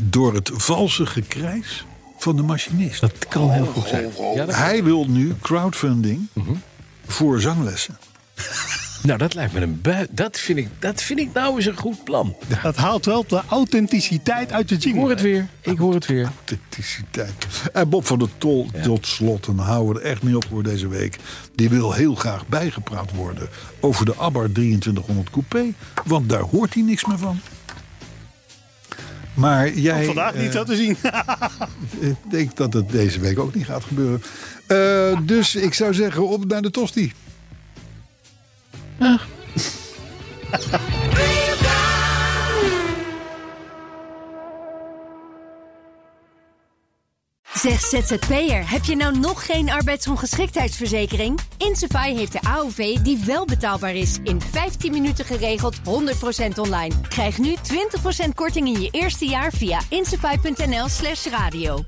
[SPEAKER 2] door het valse gekrijs van de machinist.
[SPEAKER 3] Dat kan heel goed
[SPEAKER 2] Oh.
[SPEAKER 3] zijn. Ja, dat-
[SPEAKER 2] Hij wil nu crowdfunding
[SPEAKER 3] Mhm.
[SPEAKER 2] voor zanglessen.
[SPEAKER 3] nou, dat lijkt me een bui. Dat vind ik, dat vind ik nou eens een goed plan.
[SPEAKER 4] Dat haalt wel de authenticiteit uit de
[SPEAKER 3] Ik
[SPEAKER 4] jingle.
[SPEAKER 3] hoor het weer. Ik hoor het weer.
[SPEAKER 2] authenticiteit. En Bob van der Tol, tot slot, en houden we er echt mee op voor deze week. Die wil heel graag bijgepraat worden over de Abarth 2300 Coupé. Want daar hoort hij niks meer van. Maar jij
[SPEAKER 4] Vandaag niet
[SPEAKER 2] eh,
[SPEAKER 4] zo te zien.
[SPEAKER 2] ik denk dat het deze week ook niet gaat gebeuren. Eh, dus ik zou zeggen, op naar de tosti.
[SPEAKER 7] Zeg ZZP'er, heb je nou nog geen arbeidsongeschiktheidsverzekering? Insafai heeft de AOV die wel betaalbaar is. In 15 minuten geregeld, 100% online. Krijg nu 20% korting in je eerste jaar via insafai.nl slash radio.